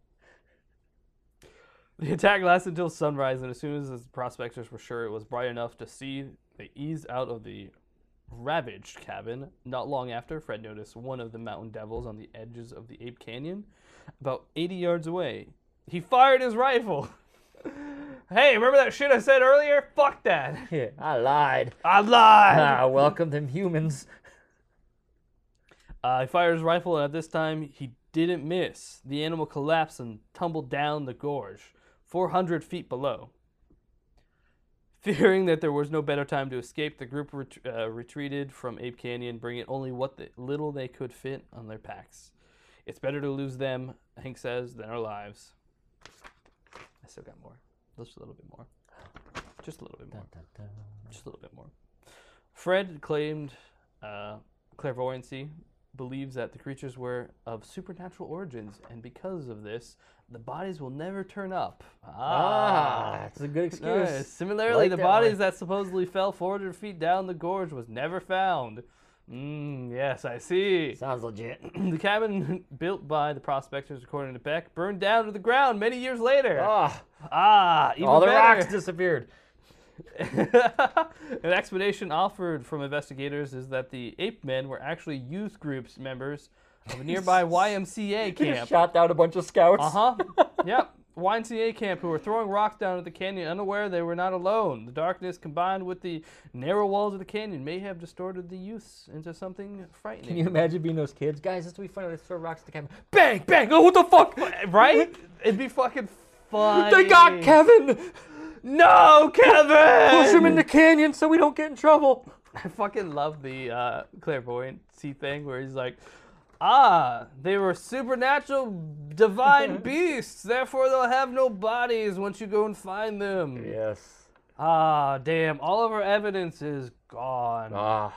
S2: The attack lasted until sunrise, and as soon as the prospectors were sure it was bright enough to see, they eased out of the ravaged cabin. Not long after, Fred noticed one of the mountain devils on the edges of the Ape Canyon, about 80 yards away. He fired his rifle. hey, remember that shit I said earlier? Fuck that.
S1: Yeah, I lied.
S2: I lied.
S1: Ah, welcome them humans.
S2: Uh, he fired his rifle, and at this time, he didn't miss. The animal collapsed and tumbled down the gorge, 400 feet below. Fearing that there was no better time to escape, the group ret- uh, retreated from Ape Canyon, bringing only what the- little they could fit on their packs. It's better to lose them, Hank says, than our lives. I still got more. Just a little bit more. Just a little bit more
S1: Dun, dun, dun.
S2: just a little bit more. Fred claimed uh, clairvoyancy, believes that the creatures were of supernatural origins, and because of this, the bodies will never turn up.
S1: Ah, it's a good excuse.
S2: Nice. Similarly,
S1: Like
S2: the
S1: that
S2: bodies
S1: one.
S2: that supposedly fell 400 feet down the gorge was never found. Mm, yes, I see.
S1: Sounds legit.
S2: the cabin built by the prospectors, according to Beck, burned down to the ground many years later.
S1: Ah,
S2: ah, even
S1: all the
S2: better.
S1: rocks disappeared.
S2: An explanation offered from investigators is that the ape men were actually youth groups members of a nearby YMCA
S1: They just
S2: camp.
S1: shot down a bunch of scouts.
S2: Uh huh. yep. YMCA camp who were throwing rocks down at the canyon unaware they were not alone. The darkness combined with the narrow walls of the canyon may have distorted the youths into something frightening.
S1: Can you imagine being those kids? Guys, this will be funny. Let's throw rocks at the camera. Bang, bang. Oh, what the fuck?
S2: right? It'd be fucking fun.
S1: They got Kevin.
S2: No, Kevin!
S1: Push him in the canyon so we don't get in trouble.
S2: I fucking love the uh, clairvoyancy thing where he's like, ah, they were supernatural divine beasts, therefore they'll have no bodies once you go and find them.
S1: Yes.
S2: Ah, damn, all of our evidence is gone.
S1: Ah,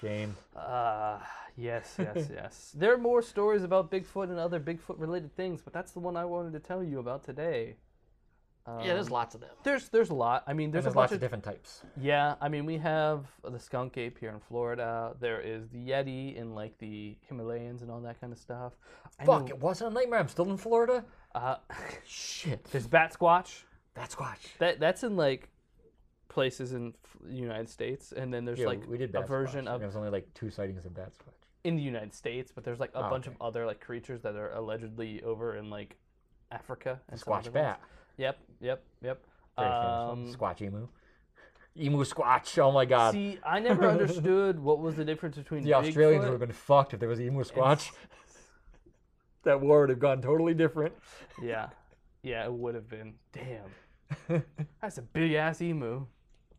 S1: shame.
S2: Ah, yes, yes, yes. There are more stories about Bigfoot and other Bigfoot related things, but that's the one I wanted to tell you about today.
S1: yeah, there's lots of them.
S2: There's there's a lot. I mean, there's,
S1: There's,
S2: a bunch
S1: lots
S2: of
S1: of different types.
S2: Yeah, I mean, we have the skunk ape here in Florida. There is the yeti in like the Himalayas and all that kind of stuff. I
S1: Fuck,
S2: know-
S1: it wasn't a nightmare. I'm still in Florida.
S2: Uh,
S1: Shit.
S2: there's bat squatch.
S1: That's squatch.
S2: That that's in like places in f- the United States, and then there's
S1: Yeah,
S2: like
S1: we did
S2: a
S1: bat
S2: version
S1: squatch, and
S2: of
S1: There was only like two sightings of bat squatch.
S2: in the United States, but there's like a
S1: Oh,
S2: bunch
S1: okay.
S2: of other like creatures that are allegedly over in like Africa and some other
S1: Squatch
S2: ones.
S1: bat.
S2: Yep, yep, yep.
S1: Very
S2: Um,
S1: famous. Squatch emu. Emu squatch. Oh my god.
S2: see, I never understood what was the difference between
S1: the Australians
S2: Bigfoot-
S1: would have been fucked if there was emu squatch. that war would have gone totally different.
S2: Yeah. Yeah, it would have been. Damn. That's a big ass emu.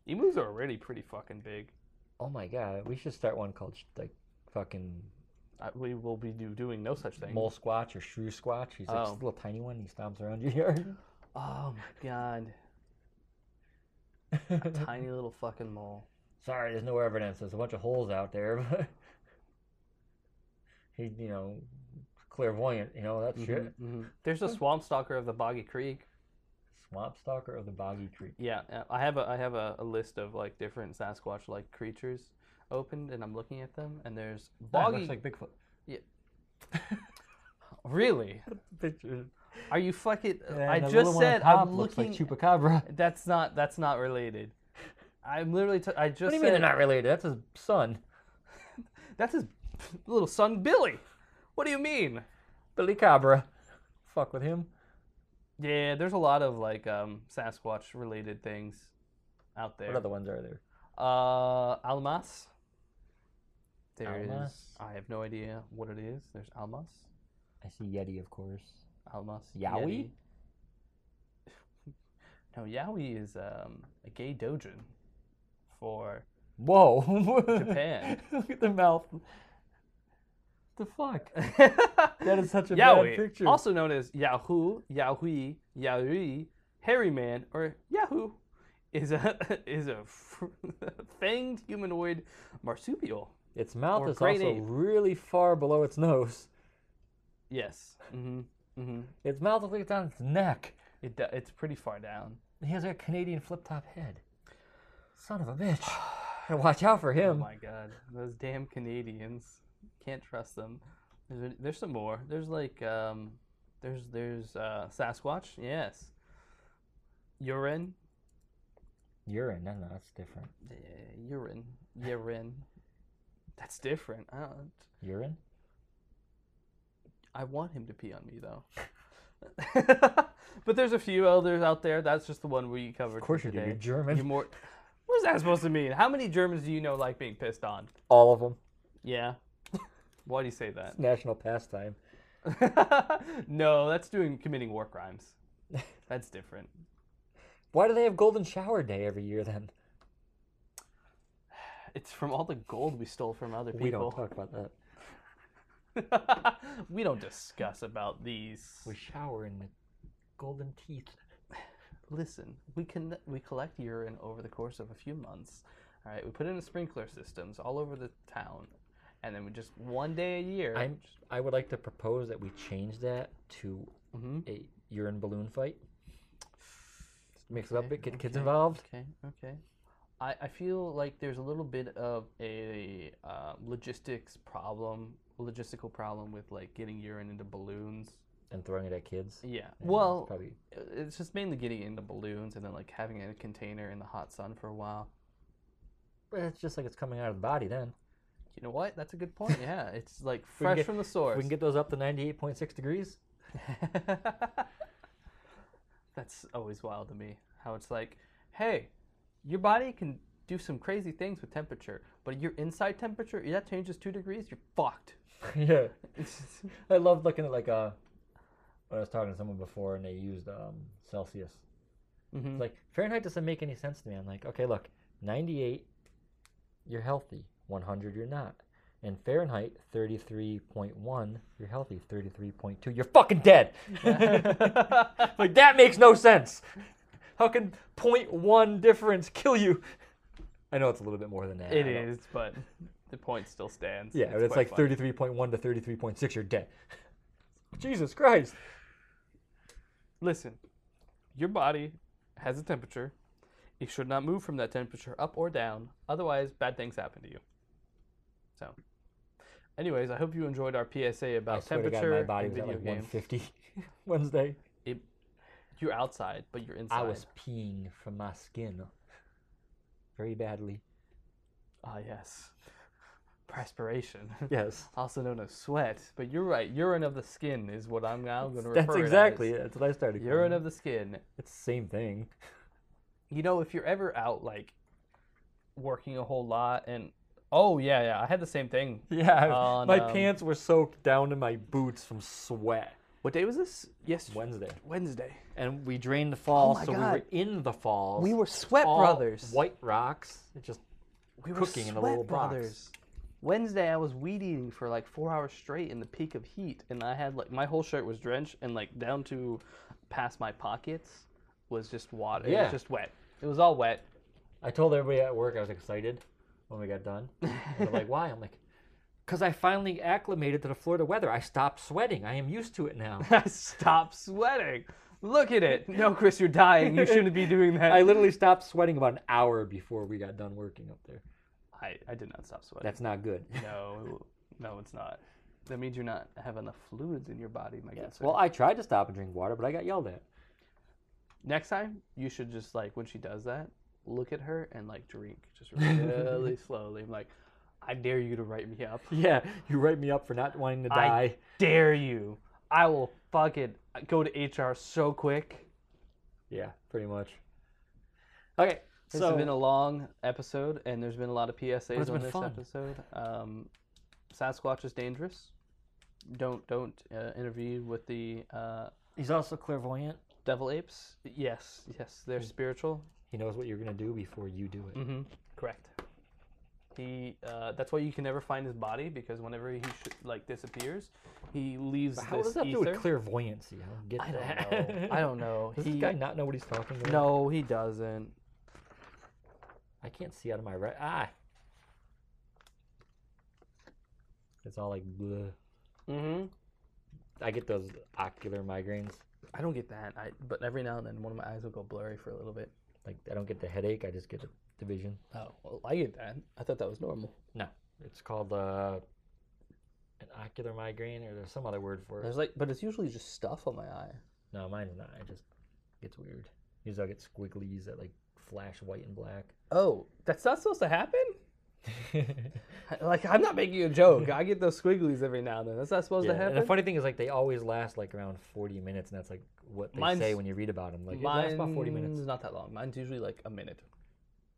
S2: Emus are already pretty fucking big.
S1: Oh my god, we should start one called sh- like fucking
S2: I, we will be do, doing no such thing.
S1: mole squatch or shrew squatch. He's like just
S2: Oh.
S1: a little tiny one. He stomps around your yard.
S2: Oh my god. Tiny little fucking mole.
S1: Sorry, there's no evidence. There's a bunch of holes out there, but he, you know, clairvoyant. You know that shit.
S2: Mhm, mhm. There's a swamp stalker of the Boggy Creek.
S1: Swamp stalker of the boggy tree.
S2: Yeah, uh, I have a I have a, a list of like different Sasquatch like creatures opened, and I'm looking at them, and there's
S1: That
S2: Boggy.
S1: looks like Bigfoot.
S2: really?
S1: Picture.
S2: Are you fucking?
S1: And
S2: I
S1: the little
S2: just
S1: one on
S2: said
S1: top
S2: I'm
S1: looks
S2: looking.
S1: like chupacabra.
S2: That's not that's not related. I'm literally. T- I just
S1: What do you mean
S2: said
S1: they're not related? That's his son,
S2: that's his little son Billy. What do you mean?
S1: Billy Cabra. Fuck with him.
S2: Yeah, there's a lot of like um, Sasquatch related things out there.
S1: What other ones are there?
S2: Uh, Almas. There is.
S1: Almas?
S2: I have no idea what it is. There's Almas.
S1: I see Yeti, of course.
S2: Almas.
S1: Yowie?
S2: Yeti. no, Yowie is um, a gay dojin for
S1: Whoa!
S2: Japan.
S1: Look at the mouth. The fuck? That is such a
S2: Yowie,
S1: bad picture.
S2: also known as Yahoo, Yahoo, Yahoo, Hairy Man, or Yahoo, is a is a fr- fanged humanoid marsupial.
S1: its mouth
S2: or
S1: is
S2: great
S1: also
S2: ape.
S1: really far below its nose.
S2: Yes. Mm-hmm. Mm-hmm.
S1: Its mouth looks like it's on its neck.
S2: It do- it's pretty far down.
S1: He has a Canadian flip top head. Son of a bitch. Gotta watch out for
S2: Oh
S1: him.
S2: my god, those damn Canadians. Can't trust them. There's, a- there's some more. There's like um, there's there's uh, Sasquatch. Yes. Urine.
S1: Urine. No, no, that's different.
S2: Yeah, urine. Urine. That's different. I don't.
S1: Urine?
S2: I want him to pee on me though. but there's a few others out there. That's just the one we covered.
S1: Of course you do. You're German.
S2: You more. What is that supposed to mean? How many Germans do you know like being pissed on?
S1: All of them.
S2: Yeah. Why do you say that?
S1: National pastime.
S2: no, that's doing committing war crimes. That's different.
S1: Why do they have Golden Shower Day every year then?
S2: It's from all the gold we stole from other people.
S1: We don't talk about that.
S2: We don't discuss about these.
S1: We shower in the golden teeth.
S2: Listen, we can we collect urine over the course of a few months. All right, we put it in sprinkler systems all over the town, and then we just one day a year.
S1: I'm, I would like to propose that we change that to
S2: Mhm.
S1: a urine balloon fight. Mix it up,
S2: Okay,
S1: get kids
S2: okay,
S1: involved.
S2: Okay, okay. I, I feel like there's a little bit of a uh, logistics problem, logistical problem with like getting urine into balloons.
S1: and throwing it at kids.
S2: Yeah.
S1: it's
S2: well,
S1: probably
S2: it's just mainly getting into balloons and then like having it in a container in the hot sun for a while.
S1: but it's just like it's coming out of the body. Then
S2: You know what? That's a good point. Yeah, it's like
S1: we can
S2: fresh
S1: get-
S2: from the
S1: If
S2: source.
S1: we can get those up to ninety-eight point six degrees.
S2: That's always wild to me. How it's like, hey, your body can do some crazy things with temperature, but your inside temperature, if that changes two degrees, you're fucked.
S1: yeah, I love looking at like uh I was talking to someone before, and they used um, Celsius. It's
S2: Mhm.
S1: like Fahrenheit doesn't make any sense to me. I'm like, okay, look, ninety-eight, you're healthy. One hundred, you're not. And Fahrenheit, thirty-three point one, you're healthy. Thirty-three point two, you're fucking dead. like that makes no sense. How can 0.1 difference kill you? I know it's a little bit more than that.
S2: It
S1: I don't-
S2: is, but the point still stands.
S1: Yeah, but it's
S2: quite
S1: like
S2: funny.
S1: 33.1 to 33.6. You're dead. Jesus Christ.
S2: Listen, your body has a temperature. It should not move from that temperature up or down. Otherwise, bad things happen to you. So, anyways, I hope you enjoyed our PSA
S1: I
S2: about
S1: swear to
S2: temperature.
S1: God, my body
S2: and
S1: was at
S2: video
S1: like
S2: games.
S1: 150 Wednesday.
S2: It, you're outside, but you're inside.
S1: I was peeing from my skin very badly.
S2: Ah, yes. Perspiration,
S1: Yes.
S2: also known as sweat. But you're right. Urine of the skin is what I'm now going to refer.
S1: That's
S2: it as.
S1: exactly it. That's what I started.
S2: Urine
S1: calling it.
S2: of the skin.
S1: It's the same thing.
S2: you know, if you're ever out like working a whole lot and oh yeah, yeah, I had the same thing.
S1: Yeah,
S2: On,
S1: my
S2: um,
S1: pants were soaked down to my boots from sweat.
S2: What day was this? Yes,
S1: Wednesday.
S2: Wednesday.
S1: And we drained the falls,
S2: Oh my
S1: so we
S2: God.
S1: were in the falls.
S2: We were sweat
S1: all
S2: brothers.
S1: White rocks. It just
S2: we were
S1: cooking in a
S2: sweat
S1: little box.
S2: Wednesday, I was weed eating for like four hours straight in the peak of heat, and I had like my whole shirt was drenched, and like down to past my pockets was just water. It
S1: Yeah.
S2: was just wet. It was all wet.
S1: I told everybody at work I was excited when we got done. And They're like, why? I'm like, because I finally acclimated to the Florida weather. I stopped sweating. I am used to it now.
S2: I stopped sweating. Look at it. No, Chris, you're dying. You shouldn't be doing that.
S1: I literally stopped sweating about an hour before we got done working up there.
S2: I, I did not stop sweating.
S1: That's not good.
S2: No, no, it's not. That means you not have enough fluids in your body, my good sir.
S1: Well, I tried to stop and drink water, but I got yelled at.
S2: Next time, you should just like when she does that, look at her and like drink just really slowly. I'm like, I dare you to write me up.
S1: Yeah, you write me up for not wanting to
S2: I-
S1: die.
S2: Dare you? I will fucking go to HR so quick.
S1: Yeah, pretty much. Okay,
S2: This
S1: so
S2: has been a long episode, and there's been a lot of PSAs
S1: it's
S2: on
S1: been
S2: this
S1: fun.
S2: episode. Um, Sasquatch is dangerous. Don't don't uh, intervene with the uh,
S1: he's also clairvoyant.
S2: devil apes. Yes, yes, they're
S1: Hmm.
S2: spiritual.
S1: He knows what you're gonna do before you do it.
S2: Mm-hmm. Correct. He. Uh, that's why you can never find his body because whenever he sh- like disappears, he leaves
S1: How
S2: this
S1: does that
S2: ether.
S1: do with clairvoyancy? I don't get
S2: I
S1: that.
S2: don't know. I don't know.
S1: Does
S2: he.
S1: this guy not know what he's talking about?
S2: no, he doesn't.
S1: I can't see out of my right ah. eye. It's all like bleh.
S2: Mm-hmm.
S1: I get those ocular migraines.
S2: I don't get that. I. But every now and then, one of my eyes will go blurry for a little bit.
S1: Like I don't get the headache. I just get the division.
S2: Oh, well, I get that. I thought that was normal.
S1: No, it's called uh, an ocular migraine, or there's some other word for it.
S2: There's like, but it's usually just stuff on my eye.
S1: No, mine's not. It just gets weird. Usually I get squigglies that like flash white and black.
S2: Oh, that's not supposed to happen. I- Like, I'm not making a joke. I get those squigglies every now and then. That's not supposed
S1: Yeah,
S2: to
S1: and
S2: happen.
S1: the funny thing is like they always last like around 40 minutes, and that's like what they say
S2: Mine's-
S1: when you read about them. Like it
S2: Mine's
S1: lasts about 40 minutes. Do
S2: not that long. Mine's usually like a minute,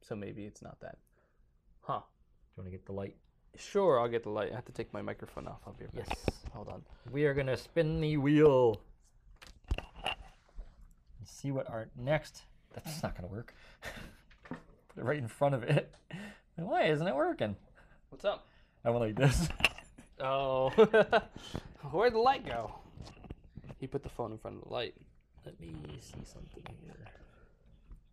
S2: so maybe it's not that. Huh?
S1: you want to get the light?
S2: Sure, I'll get the light. I have to take my microphone off. I'll be right back.
S1: Yes.
S2: Hold on.
S1: We are gonna spin the wheel. Let's see what our next. That's not gonna work. Put it right in front of it. Why isn't it working?
S2: What's up?
S1: I went like this.
S2: Oh, where'd the light go? He put the phone in front of the light.
S1: Let me see something here.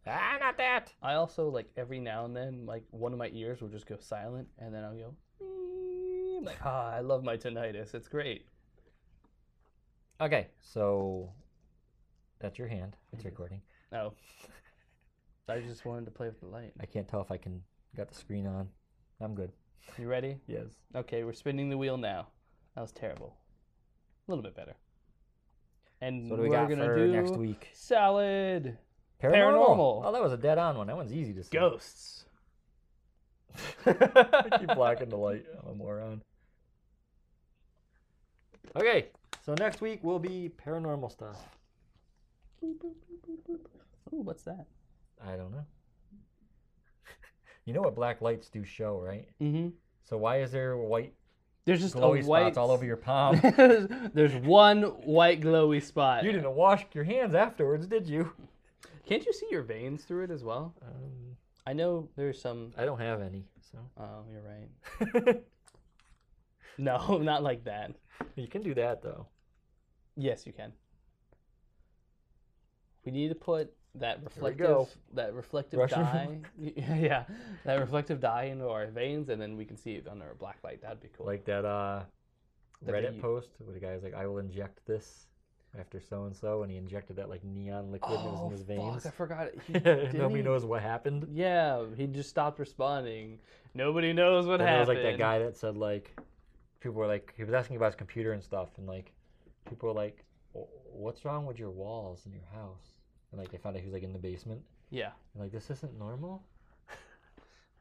S1: Ah, not that.
S2: I also like every now and then, like one of my ears will just go silent, and then I'll go. "Mm," I'm like, ah, I love my tinnitus. It's great.
S1: Okay, so that's your hand. It's recording.
S2: Oh, I just wanted to play with the light.
S1: I can't tell if I can got the screen on. I'm good.
S2: You ready?
S1: Yes.
S2: Okay, we're spinning the wheel now. That was terrible. A little bit better. And
S1: So what do we
S2: we're
S1: got
S2: gonna
S1: for
S2: do
S1: next week?
S2: salad Paranormal.
S1: Oh, that was a dead on one. That one's easy to see.
S2: ghosts.
S1: I keep blocking the light. I'm a moron. Okay, so next week will be paranormal stuff.
S2: Ooh, what's that?
S1: I don't know. you know what black lights do show, right?
S2: Mm-hmm.
S1: So why is there white
S2: There's just
S1: glowy
S2: a white
S1: spots all over your palm?
S2: There's one white glowy spot.
S1: you didn't wash your hands afterwards, did you?
S2: Can't you see your veins through it as well?
S1: Um,
S2: I know there's some.
S1: I don't have any, so
S2: Oh, you're right. No, not like that.
S1: you can do that though.
S2: Yes, you can. We need to put that
S1: we
S2: reflective
S1: go.
S2: that reflective
S1: Russian
S2: dye, yeah, that reflective dye into our veins, and then we can see it under a black light. That'd be cool.
S1: Like that uh,
S2: That'd
S1: Reddit
S2: be-
S1: post where the guy's like, "I will inject this after so and so," and he injected that like neon liquid that was
S2: oh,
S1: in his
S2: fuck,
S1: veins.
S2: I forgot. it. He, did
S1: Nobody
S2: he?
S1: knows what happened.
S2: Yeah, he just stopped responding. Nobody knows what
S1: And there was
S2: happened.
S1: like that guy that said like, people were like, he was asking about his computer and stuff, and like, people were like, "Wh- "What's wrong with your walls in your house?" And like, they found out he was like in the basement,
S2: Yeah,
S1: and like, this isn't normal.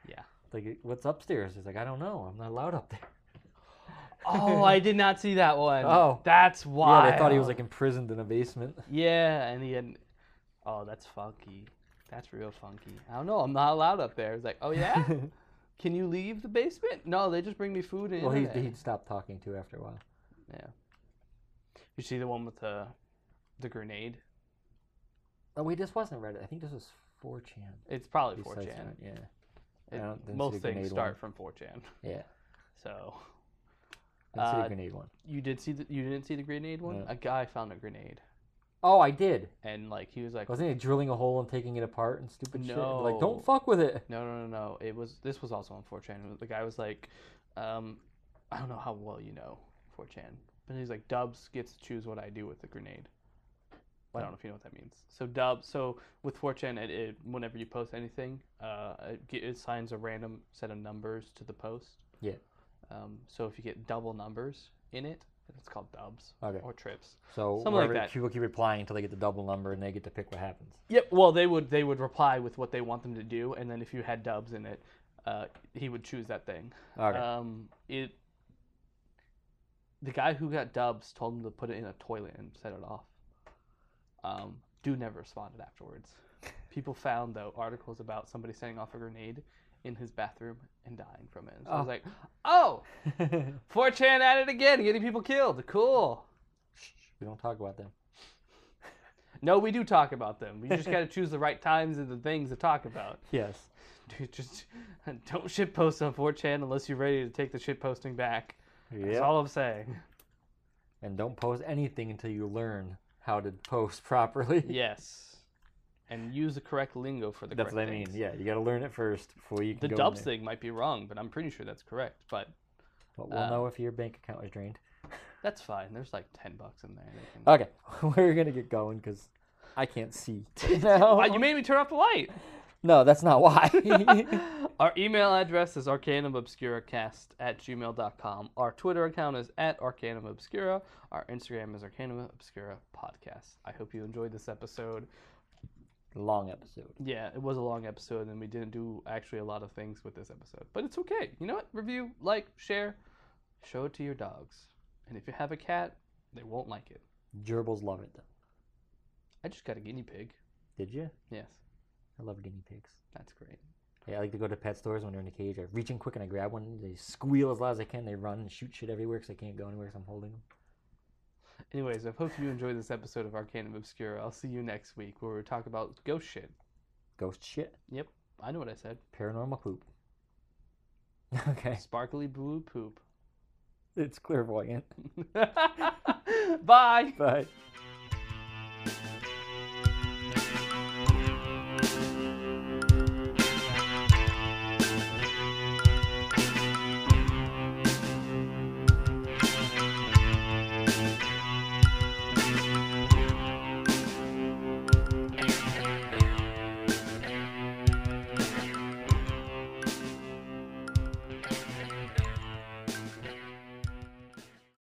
S2: yeah.
S1: Like, "It- what's upstairs? He's like, I don't know. I'm not allowed up there.
S2: Oh, I did not see that one.
S1: Oh.
S2: that's why.
S1: Yeah, they thought he was like imprisoned in a basement.
S2: Yeah, and he had. Oh, that's funky. That's real funky. I don't know. I'm not allowed up there. It's like, oh yeah. Can you leave the basement? No, they just bring me food and
S1: Well, he
S2: internet.
S1: he stopped talking to after a while.
S2: yeah. You see the one with the the grenade?
S1: Oh wait, this wasn't Reddit. I think this was 4chan.
S2: It's probably
S1: Besides
S2: 4chan.
S1: that, Yeah. I
S2: It-
S1: don't- didn't see the
S2: most
S1: grenade
S2: things start
S1: one.
S2: from 4chan.
S1: Yeah.
S2: So
S1: Didn't see the
S2: Uh,
S1: grenade one.
S2: you did see the, you didn't see the grenade one?
S1: No.
S2: A guy found a grenade
S1: Oh, I did.
S2: and like he was like
S1: Wasn't it drilling a hole and taking it apart and stupid shit? And be Like,
S2: No.
S1: don't fuck with it.
S2: No, no, no, no. It was this was also on 4chan. The guy was like, um, I don't know how well you know 4chan, but he's like, Dubs gets to choose what I do with the grenade. I don't know if you know what that means. So Dubs, so with 4chan, it, it whenever you post anything, uh, it, ge- it signs a random set of numbers to the post.
S1: Yeah.
S2: Um, so if you get double numbers in it, it's called Dubs
S1: Okay.
S2: or trips.
S1: So
S2: Something like
S1: whoever-
S2: that.
S1: people keep replying until they get the double number and they get to pick what happens.
S2: Yep. Well, they would they would reply with what they want them to do, and then if you had Dubs in it, uh, he would choose that thing.
S1: Okay.
S2: Um, it. The guy who got dubs told him to put it in a toilet and set it off. Um, dude never responded afterwards. People found though articles about somebody setting off a grenade in his bathroom and dying from it. And so I was
S1: Oh.
S2: like, "Oh, 4chan at it again, getting people killed. Cool."
S1: we don't talk about them.
S2: No, we do talk about them. We just got to choose the right times and the things to talk about.
S1: Yes.
S2: Dude, just don't shitpost on 4chan unless you're ready to take the shitposting back. That's all I'm saying.
S1: And don't post anything until you learn how to post properly.
S2: Yes. And use the correct lingo for the
S1: That's what I
S2: correct
S1: mean.
S2: things.
S1: Yeah, you got to learn it first before you can
S2: The
S1: go in
S2: dubs
S1: there.
S2: thing might be wrong, but I'm pretty sure that's correct. But
S1: But we'll
S2: uh,
S1: know if your bank account was drained.
S2: that's fine. There's like 10 bucks in there. They can-
S1: Okay, we're gonna get going because I can't see now.
S2: Why, Ah, you made me turn off the light.
S1: No, that's not why.
S2: Our email address is arcanumobscuracast at gmail.com. Our Twitter account is at arcanumobscura. Our Instagram is arcanumobscura podcast. I hope you enjoyed this episode.
S1: Long episode.
S2: Yeah, it was a long episode, and we didn't do actually a lot of things with this episode. But it's okay. You know what? Review, like, share, show it to your dogs. And if you have a cat, they won't like it.
S1: Gerbils love it though.
S2: I just got a guinea pig.
S1: Did you?
S2: Yes,
S1: I love guinea pigs.
S2: that's great.
S1: Yeah, I like to go to pet stores when they're in a cage. I reach in quick and I grab one. They squeal as loud as they can. They run and shoot shit everywhere because they can't go anywhere because I'm holding them.
S2: Anyways, I hope you enjoyed this episode of Arcanum Obscura. I'll see you next week where we talk about ghost shit.
S1: Ghost shit.
S2: Yep, I know what I said.
S1: Paranormal poop. Okay,
S2: Sparkly blue poop.
S1: it's clairvoyant.
S2: Bye.
S1: Bye.